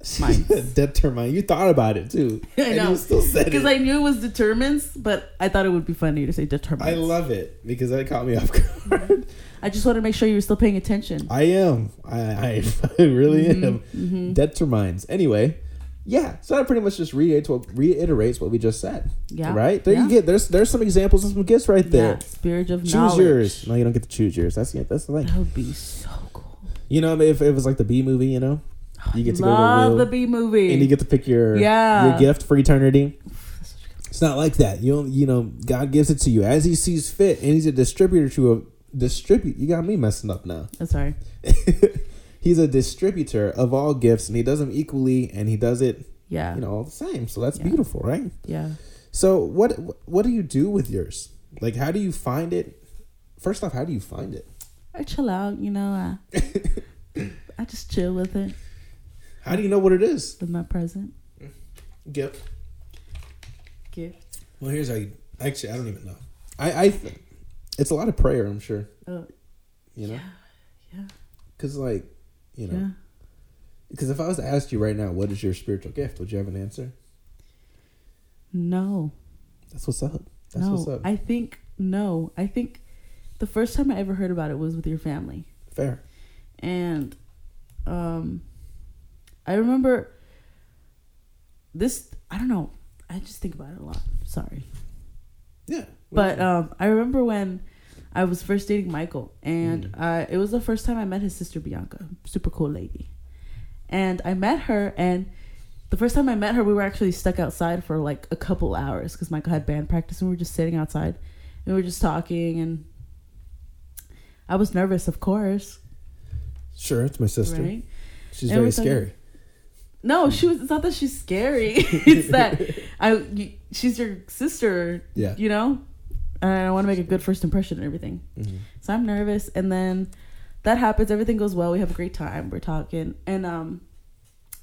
[SPEAKER 1] determines. determine you thought about it too
[SPEAKER 2] I
[SPEAKER 1] and
[SPEAKER 2] know.
[SPEAKER 1] you still said
[SPEAKER 2] because
[SPEAKER 1] it
[SPEAKER 2] I knew it was determines, but I thought it would be funny to say
[SPEAKER 1] I
[SPEAKER 2] determines.
[SPEAKER 1] love it because that caught me off guard.
[SPEAKER 2] I just wanted to make sure you were still paying attention.
[SPEAKER 1] I am. I, I, I really am.
[SPEAKER 2] Mhm.
[SPEAKER 1] Determines. Anyway, yeah. So that pretty much just reiterates what, reiterates what we just said.
[SPEAKER 2] Yeah.
[SPEAKER 1] Right there, you
[SPEAKER 2] Yeah.
[SPEAKER 1] get there's there's some examples of some gifts right there.
[SPEAKER 2] Yeah, spirit of
[SPEAKER 1] Choose
[SPEAKER 2] knowledge.
[SPEAKER 1] yours. No, you don't get to choose yours. That's that's the thing.
[SPEAKER 2] That would be so cool.
[SPEAKER 1] You know, if it was like the B movie, you know, you get to go
[SPEAKER 2] Love
[SPEAKER 1] to
[SPEAKER 2] the
[SPEAKER 1] the wheel,
[SPEAKER 2] B movie.
[SPEAKER 1] and you get to pick your
[SPEAKER 2] Yeah.
[SPEAKER 1] your gift for eternity. It's not like that. You don't, you know, God gives it to you as He sees fit, and He's a distributor to a distribute. You got me messing up now.
[SPEAKER 2] I'm sorry.
[SPEAKER 1] he's a distributor of all gifts, and He does them equally, and He does it
[SPEAKER 2] Yeah.
[SPEAKER 1] you know, all the same. So that's
[SPEAKER 2] Yeah.
[SPEAKER 1] beautiful, right?
[SPEAKER 2] Yeah.
[SPEAKER 1] So what what do you do with yours? Like, how do you find it? First off, how do you find it?
[SPEAKER 2] I chill out, you know. I, I just chill with it,
[SPEAKER 1] How do you know what it is?
[SPEAKER 2] with my present
[SPEAKER 1] Gift.
[SPEAKER 2] gift.
[SPEAKER 1] Well, here's how. You, actually, I don't even know. I I th- it's a lot of prayer, I'm sure.
[SPEAKER 2] Oh,
[SPEAKER 1] You know,
[SPEAKER 2] yeah.
[SPEAKER 1] because like, you know, because if I was to ask you right now, what is your spiritual gift? Would you have an answer?
[SPEAKER 2] No.
[SPEAKER 1] That's what's up. That's
[SPEAKER 2] no.
[SPEAKER 1] what's up.
[SPEAKER 2] I think no. I think the first time I ever heard about it was with your family.
[SPEAKER 1] Fair.
[SPEAKER 2] and um i remember this i don't know i just think about it a lot sorry
[SPEAKER 1] Yeah.
[SPEAKER 2] but um i remember when i was first dating michael and
[SPEAKER 1] Mhm.
[SPEAKER 2] I, it was the first time i met his sister bianca super cool lady and i met her and the first time i met her we were actually stuck outside for like a couple hours because michael had band practice and we were just sitting outside and we were just talking and i was nervous of course
[SPEAKER 1] sure, it's my sister.
[SPEAKER 2] right
[SPEAKER 1] She's
[SPEAKER 2] And
[SPEAKER 1] very
[SPEAKER 2] we're talking-
[SPEAKER 1] scary.
[SPEAKER 2] No, she was. It's not that she's scary. it's that I. You, she's your sister.
[SPEAKER 1] Yeah.
[SPEAKER 2] You know, and I want to make a good first impression and everything.
[SPEAKER 1] Mhm.
[SPEAKER 2] So I'm nervous, and then that happens. Everything goes well. We have a great time. We're talking, and um,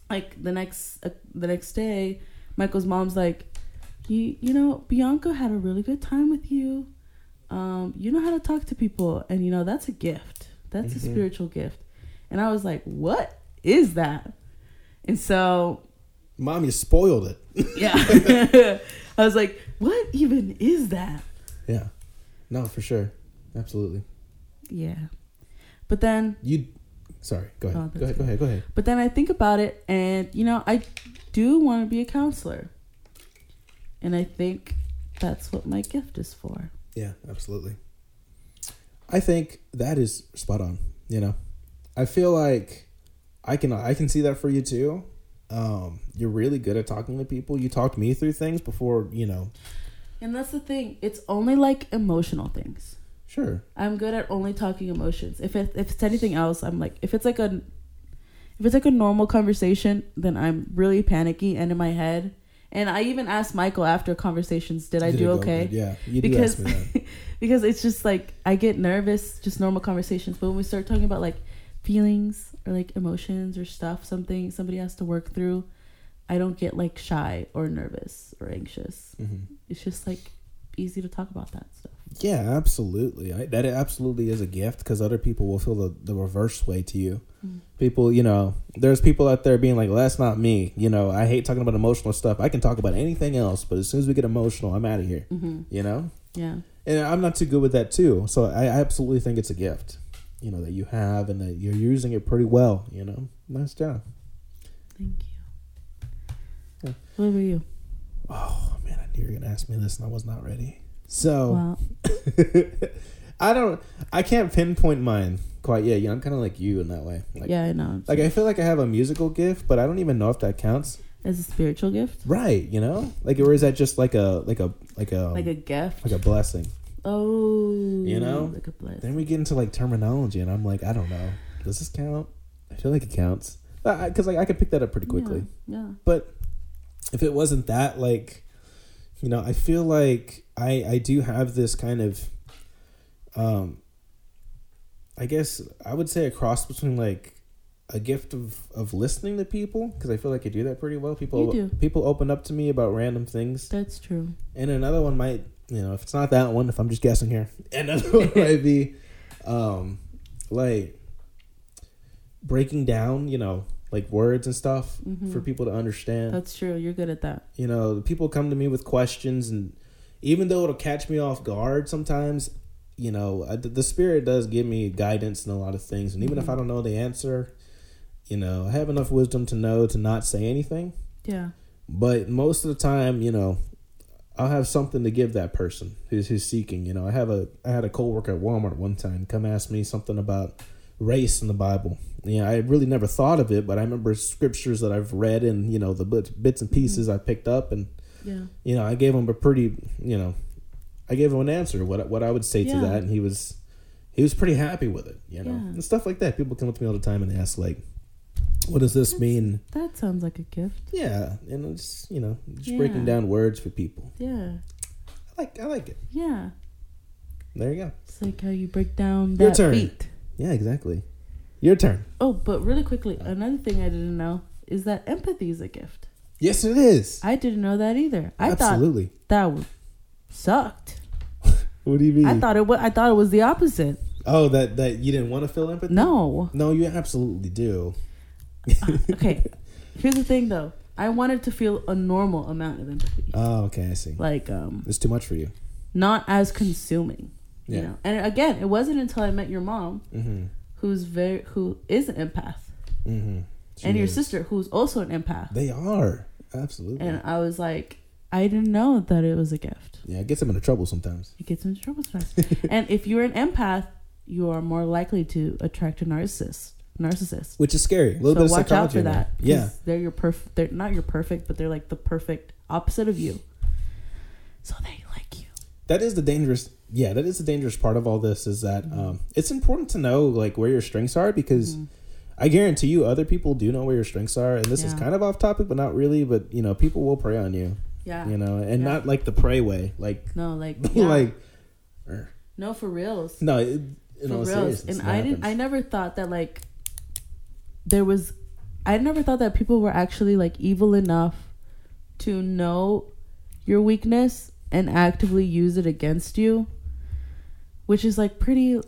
[SPEAKER 2] like the next uh, the next day, Michael's mom's like, you you know Bianca had a really good time with you. Um, you know how to talk to people, and you know that's a gift. That's
[SPEAKER 1] Mhm.
[SPEAKER 2] a spiritual gift. And I was like, what is that? And so
[SPEAKER 1] Mom, you spoiled it.
[SPEAKER 2] yeah, I was like, what even is that?
[SPEAKER 1] Yeah. No, for sure. Absolutely.
[SPEAKER 2] Yeah, but then
[SPEAKER 1] You. Sorry. Go ahead.
[SPEAKER 2] Oh, that's
[SPEAKER 1] go ahead. Go
[SPEAKER 2] good.
[SPEAKER 1] ahead. Go ahead.
[SPEAKER 2] But then I think about it, and you know, I do want to be a counselor, and I think that's what my gift is for.
[SPEAKER 1] Yeah. Absolutely. I think that is spot on. You know, I feel like I can I can see that for you too. Um, you're really good at talking to people. You talked me through things before. You know.
[SPEAKER 2] And that's the thing; it's only like emotional things.
[SPEAKER 1] Sure.
[SPEAKER 2] I'm good at only talking emotions. If it, if it's anything else, I'm like, if it's like a, if it's like a normal conversation, then I'm really panicky and in my head. And I even asked Michael after conversations, "Did I
[SPEAKER 1] Did it
[SPEAKER 2] do
[SPEAKER 1] go
[SPEAKER 2] okay?"
[SPEAKER 1] good? Yeah. You did
[SPEAKER 2] because
[SPEAKER 1] ask me that.
[SPEAKER 2] because it's just like I get nervous just normal conversations, but when we start talking about like feelings or like emotions or stuff, something somebody has to work through, I don't get like shy or nervous or anxious.
[SPEAKER 1] hmm
[SPEAKER 2] It's just like easy to talk about that stuff.
[SPEAKER 1] Yeah, absolutely. I, that absolutely is a gift because other people will feel the, the reverse way to you.
[SPEAKER 2] Mm.
[SPEAKER 1] People, you know, there's people out there being like, well, that's not me. You know, I hate talking about emotional stuff. I can talk about anything else, but as soon as we get emotional, I'm out of here,
[SPEAKER 2] hmm
[SPEAKER 1] you know?
[SPEAKER 2] Yeah,
[SPEAKER 1] And I'm not too good with that, too. So I, I absolutely think it's a gift, you know, that you have and that you're using it pretty well, you know? Nice job.
[SPEAKER 2] thank you.
[SPEAKER 1] Yeah.
[SPEAKER 2] What about you?
[SPEAKER 1] Oh, man, I knew you were going to ask me this and I was not ready. So.
[SPEAKER 2] Well,
[SPEAKER 1] I don't. I can't pinpoint mine quite yet. You know, I'm kind of like you in that way. Like,
[SPEAKER 2] yeah, I know.
[SPEAKER 1] like I feel like I have a musical gift, but I don't even know if that counts.
[SPEAKER 2] As a spiritual gift,
[SPEAKER 1] Right? You know, like or is that just like a like a like a um,
[SPEAKER 2] like a gift.
[SPEAKER 1] Oh. like a blessing?
[SPEAKER 2] oh,
[SPEAKER 1] You know?
[SPEAKER 2] like a blessing.
[SPEAKER 1] Then we get into like terminology, and I'm like, I don't know. Does this count? I feel like it counts because like I could pick that up pretty quickly.
[SPEAKER 2] Yeah. yeah.
[SPEAKER 1] But if it wasn't that, like, you know, I feel like I I do have this kind of, um, I guess I would say a cross between like a gift of of listening to people because I feel like I do that pretty well. People
[SPEAKER 2] You do.
[SPEAKER 1] people open up to me about random things,
[SPEAKER 2] That's true.
[SPEAKER 1] and another one might you know if it's not that one if I'm just guessing here, another one might be, um, like breaking down you know like words and stuff
[SPEAKER 2] Mhm.
[SPEAKER 1] for people to understand
[SPEAKER 2] That's true. You're good at that.
[SPEAKER 1] you know people come to me with questions and even though it'll catch me off guard sometimes you know I, the spirit does give me guidance in a lot of things and even if i don't know the answer you know i have enough wisdom to know to not say anything
[SPEAKER 2] Yeah.
[SPEAKER 1] but most of the time you know i'll have something to give that person who's, who's seeking you know i have a i had a coworker at walmart one time come ask me something about race in the bible you know i really never thought of it but i remember scriptures that i've read and you know the bit- bits and pieces i picked up and
[SPEAKER 2] Yeah.
[SPEAKER 1] you know, I gave him a pretty, you know, I gave him an answer what what I would say to
[SPEAKER 2] Yeah.
[SPEAKER 1] that, and he was he was pretty happy with it, you know,
[SPEAKER 2] Yeah.
[SPEAKER 1] and stuff like that. People come up to me all the time and ask like, What does this mean?
[SPEAKER 2] That sounds like a gift.
[SPEAKER 1] Yeah, and it's you know just
[SPEAKER 2] Yeah.
[SPEAKER 1] breaking down words for people.
[SPEAKER 2] Yeah.
[SPEAKER 1] I like I like it.
[SPEAKER 2] Yeah.
[SPEAKER 1] There you go.
[SPEAKER 2] It's like how you break down that
[SPEAKER 1] Your turn.
[SPEAKER 2] beat.
[SPEAKER 1] Yeah, exactly. Your turn.
[SPEAKER 2] Oh, but really quickly, another thing I didn't know is that empathy is a gift.
[SPEAKER 1] Yes, it is.
[SPEAKER 2] I didn't know that either. I
[SPEAKER 1] Absolutely.
[SPEAKER 2] thought that w- sucked.
[SPEAKER 1] What do you mean?
[SPEAKER 2] I thought it was. I thought it was the opposite.
[SPEAKER 1] oh, that that you didn't want to feel empathy.
[SPEAKER 2] No.
[SPEAKER 1] No, you absolutely do.
[SPEAKER 2] Okay. Here's the thing, though. I wanted to feel a normal amount of empathy,
[SPEAKER 1] Oh, okay, I see.
[SPEAKER 2] like um,
[SPEAKER 1] It's too much for you.
[SPEAKER 2] not as consuming.
[SPEAKER 1] Yeah.
[SPEAKER 2] You know. And again, it wasn't until I met your mom,
[SPEAKER 1] Mm-hmm.
[SPEAKER 2] who's very who is an empath,
[SPEAKER 1] Mm-hmm.
[SPEAKER 2] and your sister, who's also an empath.
[SPEAKER 1] They are absolutely.
[SPEAKER 2] And uh, I was like, I didn't know that it was a gift.
[SPEAKER 1] yeah, it gets them into trouble sometimes.
[SPEAKER 2] It gets into trouble fast. and if you're an empath, you are more likely to attract a narcissist. Narcissist.
[SPEAKER 1] Which is scary. A little
[SPEAKER 2] so
[SPEAKER 1] bit of
[SPEAKER 2] watch out
[SPEAKER 1] psychology.
[SPEAKER 2] for
[SPEAKER 1] in there.
[SPEAKER 2] that. 'cause
[SPEAKER 1] Yeah.
[SPEAKER 2] They're your perfect. They're not your perfect, but they're like the perfect opposite of you. So they like you.
[SPEAKER 1] that is the dangerous yeah that is the dangerous part of all this is that
[SPEAKER 2] Mm-hmm.
[SPEAKER 1] um, it's important to know like where your strengths are because i guarantee you other people do know where your strengths are and this is
[SPEAKER 2] Yeah.
[SPEAKER 1] kind of off topic but not really but you know people will prey on you
[SPEAKER 2] Yeah.
[SPEAKER 1] you know and
[SPEAKER 2] Yeah.
[SPEAKER 1] not like the prey way like
[SPEAKER 2] No, like yeah.
[SPEAKER 1] like
[SPEAKER 2] no for reals.
[SPEAKER 1] no it, in
[SPEAKER 2] for
[SPEAKER 1] all
[SPEAKER 2] reals.
[SPEAKER 1] seriousness
[SPEAKER 2] And
[SPEAKER 1] it
[SPEAKER 2] I didn't. I
[SPEAKER 1] happens.
[SPEAKER 2] never thought that like there was. I never thought that people were actually like evil enough to know your weakness and actively use it against you, which is like pretty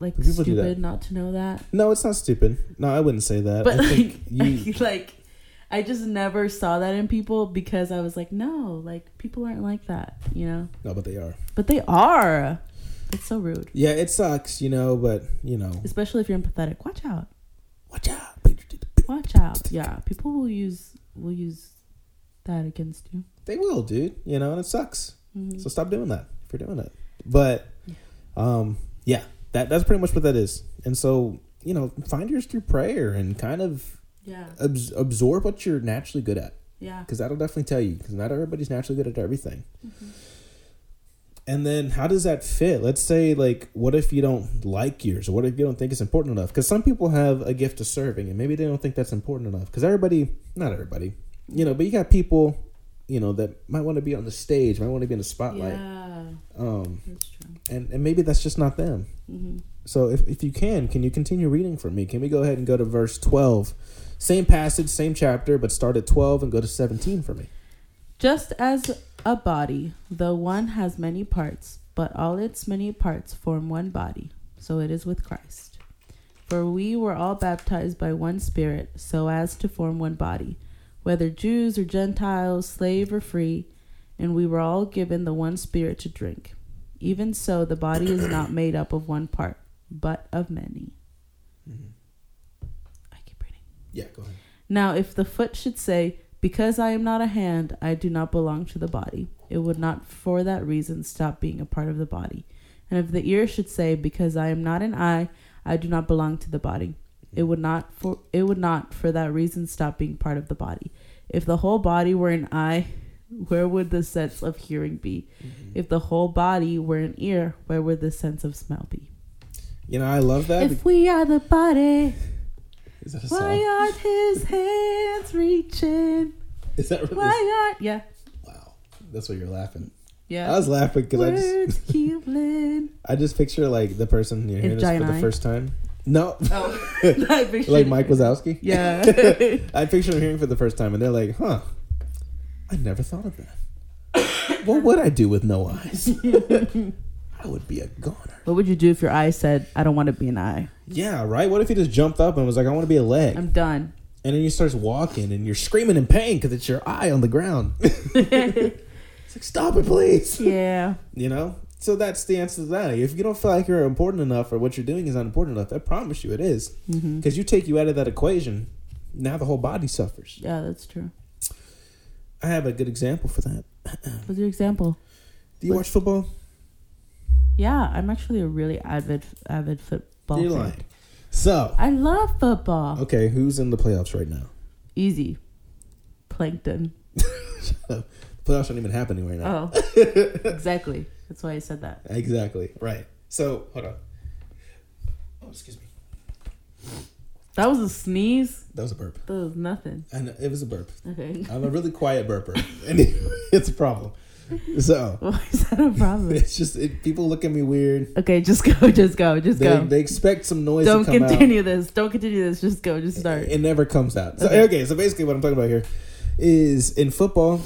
[SPEAKER 2] like
[SPEAKER 1] People do that.
[SPEAKER 2] stupid not to know that.
[SPEAKER 1] no it's not stupid no i wouldn't say that
[SPEAKER 2] but
[SPEAKER 1] i
[SPEAKER 2] like
[SPEAKER 1] think you
[SPEAKER 2] like I just never saw that in people because I was like, no, like people aren't like that, you know.
[SPEAKER 1] no but they are
[SPEAKER 2] But they are. It's so rude,
[SPEAKER 1] yeah it sucks you know but you know
[SPEAKER 2] especially if you're empathetic. Watch out!
[SPEAKER 1] watch out
[SPEAKER 2] Watch out! Yeah, people will use will use that against you.
[SPEAKER 1] they will dude you know and it sucks
[SPEAKER 2] Mhm.
[SPEAKER 1] So stop doing that if you're doing it. But um yeah, that that's pretty much what that is. And so, you know, find yours through prayer and kind of
[SPEAKER 2] yeah,
[SPEAKER 1] abs- absorb what you're naturally good at
[SPEAKER 2] yeah.
[SPEAKER 1] because that'll definitely tell you because not everybody's naturally good at everything.
[SPEAKER 2] Mhm.
[SPEAKER 1] And then how does that fit? Let's say like what if you don't like yours or what if you don't think it's important enough? Cuz some people have a gift of serving and maybe they don't think that's important enough cuz everybody, not everybody, you know, but you got people you know that might want to be on the stage, might want to be in the spotlight.
[SPEAKER 2] Yeah,
[SPEAKER 1] Um
[SPEAKER 2] that's true.
[SPEAKER 1] and, and maybe that's just not them.
[SPEAKER 2] hmm
[SPEAKER 1] So if, if you can, can you continue reading for me? Can we go ahead and go to verse 12? Same passage, same chapter, but start at 12 and go to 17 for me.
[SPEAKER 2] Just as a body, though one has many parts, but all its many parts form one body, so it is with Christ. For we were all baptized by one Spirit, so as to form one body, whether Jews or Gentiles, slave or free, and we were all given the one Spirit to drink. Even so, the body is not made up of one part, but of many. Mm-hmm. I keep reading.
[SPEAKER 1] Yeah, go ahead.
[SPEAKER 2] Now, if the foot should say, Because I am not a hand, I do not belong to the body, it would not for that reason stop being a part of the body. And if the ear should say, Because I am not an eye, I do not belong to the body, it would not for it would not for that reason stop being part of the body. If the whole body were an eye, where would the sense of hearing be? If the whole body were an ear, where would the sense of smell be?
[SPEAKER 1] You know, I love that.
[SPEAKER 2] If we are the body,
[SPEAKER 1] is that a
[SPEAKER 2] why
[SPEAKER 1] song?
[SPEAKER 2] aren't his hands reaching?
[SPEAKER 1] Is that really?
[SPEAKER 2] Why aren't yeah
[SPEAKER 1] Wow. That's why you're laughing.
[SPEAKER 2] yeah?
[SPEAKER 1] I was laughing because I just
[SPEAKER 2] Words healing.
[SPEAKER 1] I just picture like the person you're hearing
[SPEAKER 2] If
[SPEAKER 1] this for
[SPEAKER 2] giant
[SPEAKER 1] the
[SPEAKER 2] eye.
[SPEAKER 1] first time. No,
[SPEAKER 2] Oh, I pictured
[SPEAKER 1] like
[SPEAKER 2] it.
[SPEAKER 1] Mike Wazowski.
[SPEAKER 2] Yeah.
[SPEAKER 1] I picture them hearing for the first time, and they're like, "Huh, I never thought of that. what would I do with no eyes? I would be a goner."
[SPEAKER 2] what would you do if your eye said, "I don't want to be an eye.
[SPEAKER 1] Yeah, right. What if he just jumped up and was like, "I want to be a leg,"
[SPEAKER 2] I'm done."
[SPEAKER 1] and then he starts walking, and you're screaming in pain because it's your eye on the ground. it's like, stop it, please.
[SPEAKER 2] Yeah.
[SPEAKER 1] You know. So that's the answer to that. If you don't feel like you're important enough, or what you're doing is not important enough, I promise you it is,
[SPEAKER 2] hmm
[SPEAKER 1] because you take you out of that equation. Now the whole body suffers.
[SPEAKER 2] Yeah, that's true.
[SPEAKER 1] I have a good example for that.
[SPEAKER 2] What's your example?
[SPEAKER 1] Do you watch football?
[SPEAKER 2] Yeah, I'm actually a really avid avid football
[SPEAKER 1] You're
[SPEAKER 2] fan.
[SPEAKER 1] lying. So,
[SPEAKER 2] I love football.
[SPEAKER 1] okay, who's in the playoffs right now?
[SPEAKER 2] Easy. Plankton.
[SPEAKER 1] Playoffs don't even happening right now.
[SPEAKER 2] Oh. exactly. That's why I said that.
[SPEAKER 1] Exactly. Right. So, hold on. Oh, excuse me.
[SPEAKER 2] That was a sneeze.
[SPEAKER 1] That was a burp.
[SPEAKER 2] That was nothing.
[SPEAKER 1] And it was a burp.
[SPEAKER 2] Okay.
[SPEAKER 1] I'm a really quiet burper. And it's a problem. So
[SPEAKER 2] Why is that a problem?
[SPEAKER 1] it's just it, people look at me weird.
[SPEAKER 2] Okay, just go, just go, just
[SPEAKER 1] They,
[SPEAKER 2] go.
[SPEAKER 1] they expect some noise
[SPEAKER 2] Don't
[SPEAKER 1] to come out.
[SPEAKER 2] continue this. Don't continue this. Just go, just start.
[SPEAKER 1] It never comes out. So, okay.
[SPEAKER 2] Okay.
[SPEAKER 1] so basically what I'm talking about here is in football,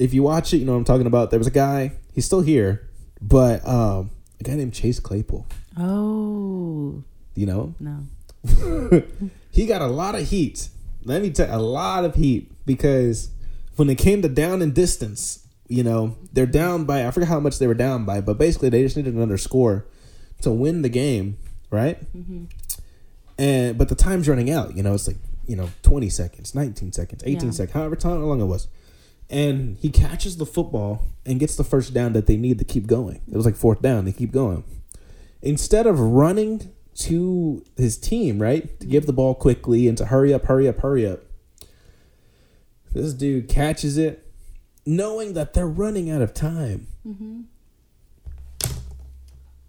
[SPEAKER 1] if you watch it, you know what I'm talking about. There was a guy, he's still here, but um, a guy named Chase Claypool,
[SPEAKER 2] Oh
[SPEAKER 1] you know?
[SPEAKER 2] no.
[SPEAKER 1] he got a lot of heat. Let me tell a lot of heat because when it came to down and distance, you know, they're down by I forget how much they were down by, but basically they just needed another score to win the game, right? and but the time's running out. You know, it's like you know, twenty seconds, nineteen seconds, eighteen
[SPEAKER 2] Yeah.
[SPEAKER 1] seconds, however time how long it was. And he catches the football and gets the first down that they need to keep going. It was like fourth down. They keep going. Instead of running to his team, right, to give the ball quickly and to hurry up, hurry up, hurry up. This dude catches it, knowing that they're running out of time.
[SPEAKER 2] Mm-hmm.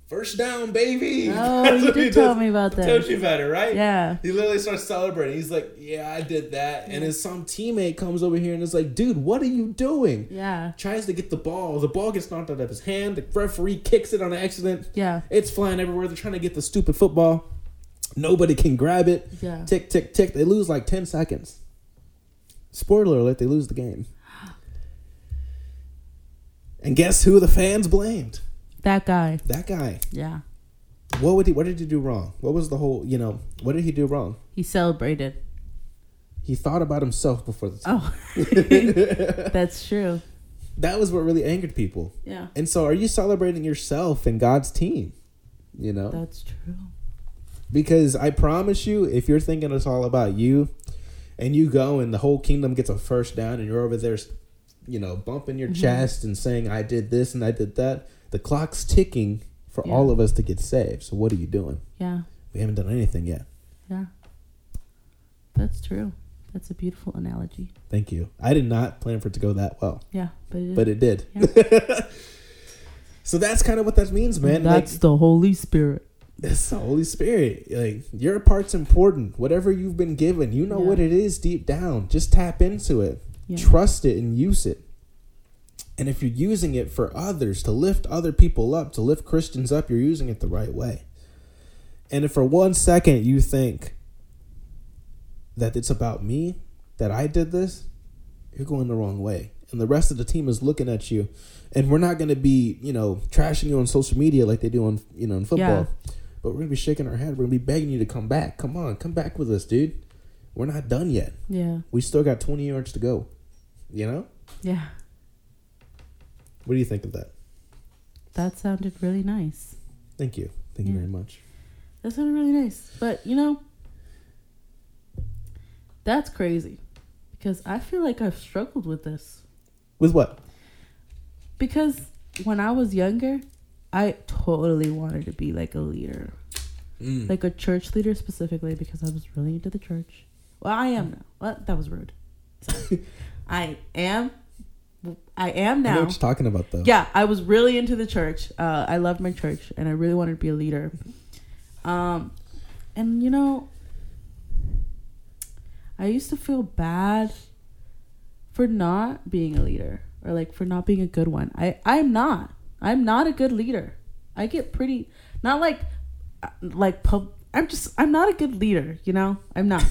[SPEAKER 1] First down, baby.
[SPEAKER 2] Oh,
[SPEAKER 1] That's
[SPEAKER 2] you
[SPEAKER 1] what he
[SPEAKER 2] did tell
[SPEAKER 1] does.
[SPEAKER 2] me about
[SPEAKER 1] Told
[SPEAKER 2] that.
[SPEAKER 1] you about it, right?
[SPEAKER 2] Yeah.
[SPEAKER 1] He literally starts celebrating. He's like, "Yeah, I did that." And then some teammate comes over here and is like, "Dude, what are you doing?"
[SPEAKER 2] Yeah.
[SPEAKER 1] Tries to get the ball. The ball gets knocked out of his hand. The referee kicks it on accident.
[SPEAKER 2] Yeah.
[SPEAKER 1] It's flying everywhere. They're trying to get the stupid football. Nobody can grab it.
[SPEAKER 2] Yeah.
[SPEAKER 1] Tick, tick, tick. They lose like ten seconds. Spoiler alert: They lose the game. And guess who the fans blamed?
[SPEAKER 2] That guy.
[SPEAKER 1] That guy.
[SPEAKER 2] Yeah.
[SPEAKER 1] What would he? What did he do wrong? What was the whole? You know, what did he do wrong?
[SPEAKER 2] He celebrated.
[SPEAKER 1] He thought about himself before the time.
[SPEAKER 2] Oh. That's true.
[SPEAKER 1] That was what really angered people.
[SPEAKER 2] Yeah.
[SPEAKER 1] And so, are you celebrating yourself and God's team? You know,
[SPEAKER 2] That's true.
[SPEAKER 1] because I promise you, if you're thinking it's all about you, and you go and the whole kingdom gets a first down, and you're over there, you know, bumping your
[SPEAKER 2] Mm-hmm.
[SPEAKER 1] chest and saying, "I did this and I did that," the clock's ticking for
[SPEAKER 2] Yeah.
[SPEAKER 1] all of us to get saved. So, what are you doing?
[SPEAKER 2] Yeah.
[SPEAKER 1] We haven't done anything yet.
[SPEAKER 2] Yeah. That's true. That's a beautiful analogy.
[SPEAKER 1] Thank you. I did not plan for it to go that well.
[SPEAKER 2] Yeah, but, it,
[SPEAKER 1] but it did. so that's kind of what that means, man.
[SPEAKER 2] that's
[SPEAKER 1] like,
[SPEAKER 2] the Holy Spirit.
[SPEAKER 1] it's the Holy Spirit. Like your part's important. Whatever you've been given, you know
[SPEAKER 2] Yeah.
[SPEAKER 1] what it is deep down. Just tap into it.
[SPEAKER 2] Yeah.
[SPEAKER 1] Trust it and use it. And if you're using it for others to lift other people up, to lift Christians up, you're using it the right way. And if for one second you think that it's about me, that I did this, you're going the wrong way. And the rest of the team is looking at you. And we're not going to be, you know, trashing you on social media like they do on, you know, in football. But we're going to be shaking our head. We're going to be begging you to come back. Come on, come back with us, dude. We're not done yet.
[SPEAKER 2] Yeah.
[SPEAKER 1] We still got 20 yards to go. You know?
[SPEAKER 2] Yeah.
[SPEAKER 1] What do you think of that?
[SPEAKER 2] That sounded really nice.
[SPEAKER 1] Thank you. Thank you
[SPEAKER 2] Yeah.
[SPEAKER 1] very much.
[SPEAKER 2] That sounded really nice. But you know, that's crazy because I feel like I've struggled with this.
[SPEAKER 1] With what?
[SPEAKER 2] Because when I was younger, I totally wanted to be like a leader, like a church leader specifically, because I was really into the church. Well, I am now. Well, that was rude. Sorry. I am. I am
[SPEAKER 1] I know
[SPEAKER 2] now.
[SPEAKER 1] what you're talking about, though.
[SPEAKER 2] Yeah, I was really into the church. Uh, I loved my church, and I really wanted to be a leader. Um, and you know, I used to feel bad for not being a leader or like for not being a good one. I I'm not. I'm not a good leader. I get pretty not like uh, like pub. I'm just I'm not a good leader. You know, I'm not.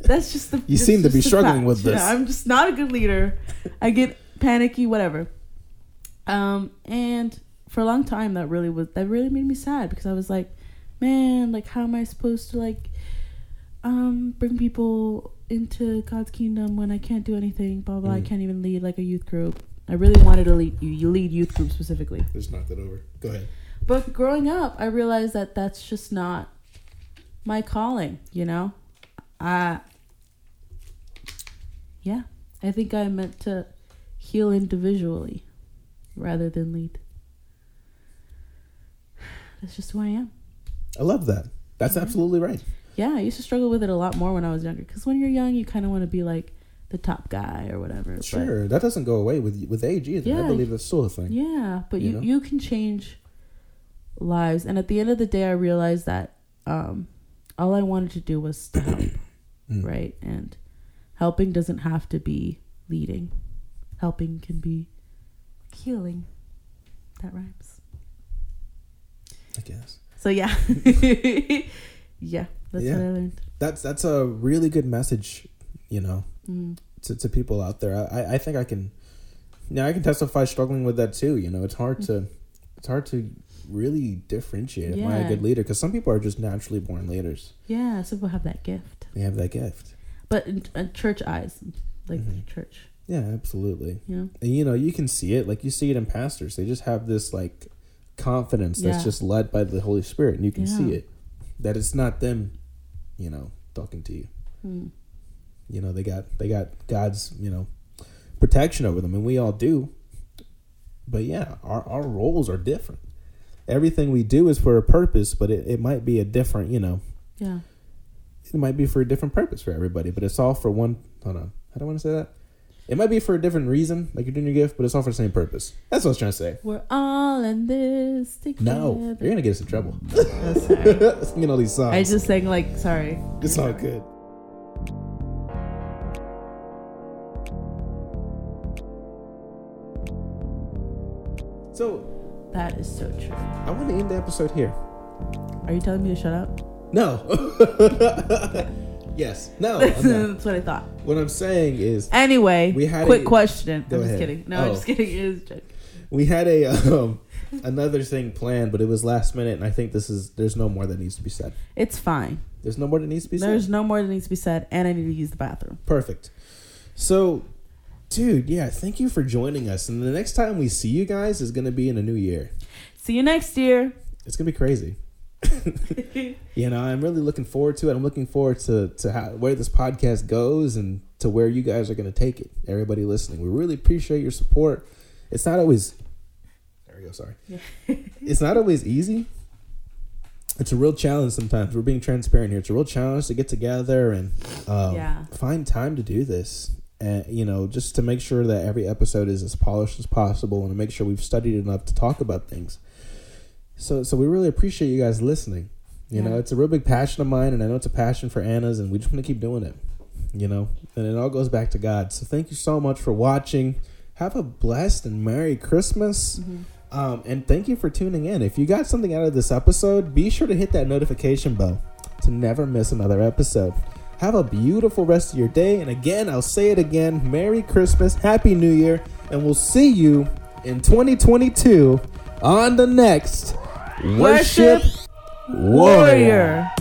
[SPEAKER 2] That's just the.
[SPEAKER 1] You
[SPEAKER 2] that's
[SPEAKER 1] seem to be
[SPEAKER 2] just the
[SPEAKER 1] struggling
[SPEAKER 2] fact.
[SPEAKER 1] with
[SPEAKER 2] You know,
[SPEAKER 1] this.
[SPEAKER 2] I'm just not a good leader. I get panicky, whatever. Um, and for a long time, that really was that really made me sad because I was like, man, like how am I supposed to like, um, bring people into God's kingdom when I can't do anything? Blah blah. I
[SPEAKER 1] Mm.
[SPEAKER 2] can't even lead like a youth group. I really wanted to lead you lead youth group specifically.
[SPEAKER 1] Just knocked it over. Go ahead.
[SPEAKER 2] But growing up, I realized that that's just not my calling, you know? I Yeah, I think I meant to heal individually rather than lead. That's just who I am.
[SPEAKER 1] I love that. That's absolutely right.
[SPEAKER 2] Yeah, I used to struggle with it a lot more when I was younger cuz when you're young, you kind of want to be like the top guy or whatever. but-
[SPEAKER 1] Sure, that doesn't go away with with age either. I
[SPEAKER 2] Yeah.
[SPEAKER 1] believe that's still a thing.
[SPEAKER 2] Yeah, but
[SPEAKER 1] You
[SPEAKER 2] you
[SPEAKER 1] know?
[SPEAKER 2] you, can change lives, and at the end of the day, I realized that um, all I wanted to do was to help,
[SPEAKER 1] Mm.
[SPEAKER 2] right? And helping doesn't have to be leading. Helping can be healing. That rhymes.
[SPEAKER 1] I guess.
[SPEAKER 2] So yeah, yeah, that's
[SPEAKER 1] Yeah.
[SPEAKER 2] what I learned.
[SPEAKER 1] That's that's a really good message, you know,
[SPEAKER 2] Mm.
[SPEAKER 1] to, to people out there. I, I think I can now I can testify struggling with that too, you know. It's hard to it's hard to really differentiate am I a
[SPEAKER 2] Yeah.
[SPEAKER 1] good leader because some people are just naturally born leaders.
[SPEAKER 2] Yeah, some people have that gift,
[SPEAKER 1] They have that gift.
[SPEAKER 2] but in, in church eyes, like
[SPEAKER 1] Mm-hmm.
[SPEAKER 2] church,
[SPEAKER 1] Yeah, absolutely.
[SPEAKER 2] you know.
[SPEAKER 1] And you know, you can see it. Like you see it in pastors. They just have this like confidence that's
[SPEAKER 2] Yeah.
[SPEAKER 1] just led by the Holy Spirit and you can see
[SPEAKER 2] Yeah.
[SPEAKER 1] it. That it's not them, you know, talking to you.
[SPEAKER 2] Mm.
[SPEAKER 1] you know they got they got god's you know protection over them and we all do but yeah our, our roles are different everything we do is for a purpose but it, it might be a different you know
[SPEAKER 2] Yeah,
[SPEAKER 1] it might be for a different purpose for everybody but it's all for one hold on i don't want to say that it might be for a different reason like you're doing your gift but it's all for the same purpose that's what i was trying to say
[SPEAKER 2] we're all in this together.
[SPEAKER 1] no you're gonna get us in trouble
[SPEAKER 2] Oh, sorry.
[SPEAKER 1] singing all these songs
[SPEAKER 2] I just sang like sorry.
[SPEAKER 1] It's all good. So
[SPEAKER 2] That is so true.
[SPEAKER 1] I want to end the episode here.
[SPEAKER 2] Are you telling me to shut up?
[SPEAKER 1] No. yes. No. Oh, I'm not.
[SPEAKER 2] That's what I thought.
[SPEAKER 1] What I'm saying is,
[SPEAKER 2] Anyway,
[SPEAKER 1] We had
[SPEAKER 2] quick
[SPEAKER 1] a-
[SPEAKER 2] question.
[SPEAKER 1] Go
[SPEAKER 2] I'm just
[SPEAKER 1] ahead.
[SPEAKER 2] kidding. No,
[SPEAKER 1] Oh.
[SPEAKER 2] I'm just kidding. It is a joke.
[SPEAKER 1] we had a um, another thing planned, but it was last minute, and I think this is there's no more that needs to be said.
[SPEAKER 2] It's fine.
[SPEAKER 1] There's no more that needs to be said.
[SPEAKER 2] There's no more that needs to be said, and I need to use the bathroom.
[SPEAKER 1] Perfect. So, dude, yeah, thank you for joining us. And the next time we see you guys is gonna be in a new year.
[SPEAKER 2] See you next year.
[SPEAKER 1] It's gonna be crazy. You know, I'm really looking forward to it. I'm looking forward to to how, where this podcast goes and to where you guys are going to take it. Everybody listening, we really appreciate your support. It's not always there we go. Sorry, it's not always easy. It's a real challenge sometimes. We're being transparent here. It's a real challenge to get together and um,
[SPEAKER 2] Yeah.
[SPEAKER 1] find time to do this. And you know, just to make sure that every episode is as polished as possible, and to make sure we've studied enough to talk about things. So, so we really appreciate you guys listening. You know,
[SPEAKER 2] Yeah.
[SPEAKER 1] it's a real big passion of mine, and I know it's a passion for Anna's, and we just want to keep doing it. You know, and it all goes back to God. So, thank you so much for watching. Have a blessed and merry Christmas. Um, and thank you for tuning in. If you got something out of this episode, be sure to hit that notification bell to never miss another episode. Have a beautiful rest of your day. And again, I'll say it again Merry Christmas, Happy New Year, and we'll see you in 2022 on the next Worship Warrior.
[SPEAKER 2] Warrior.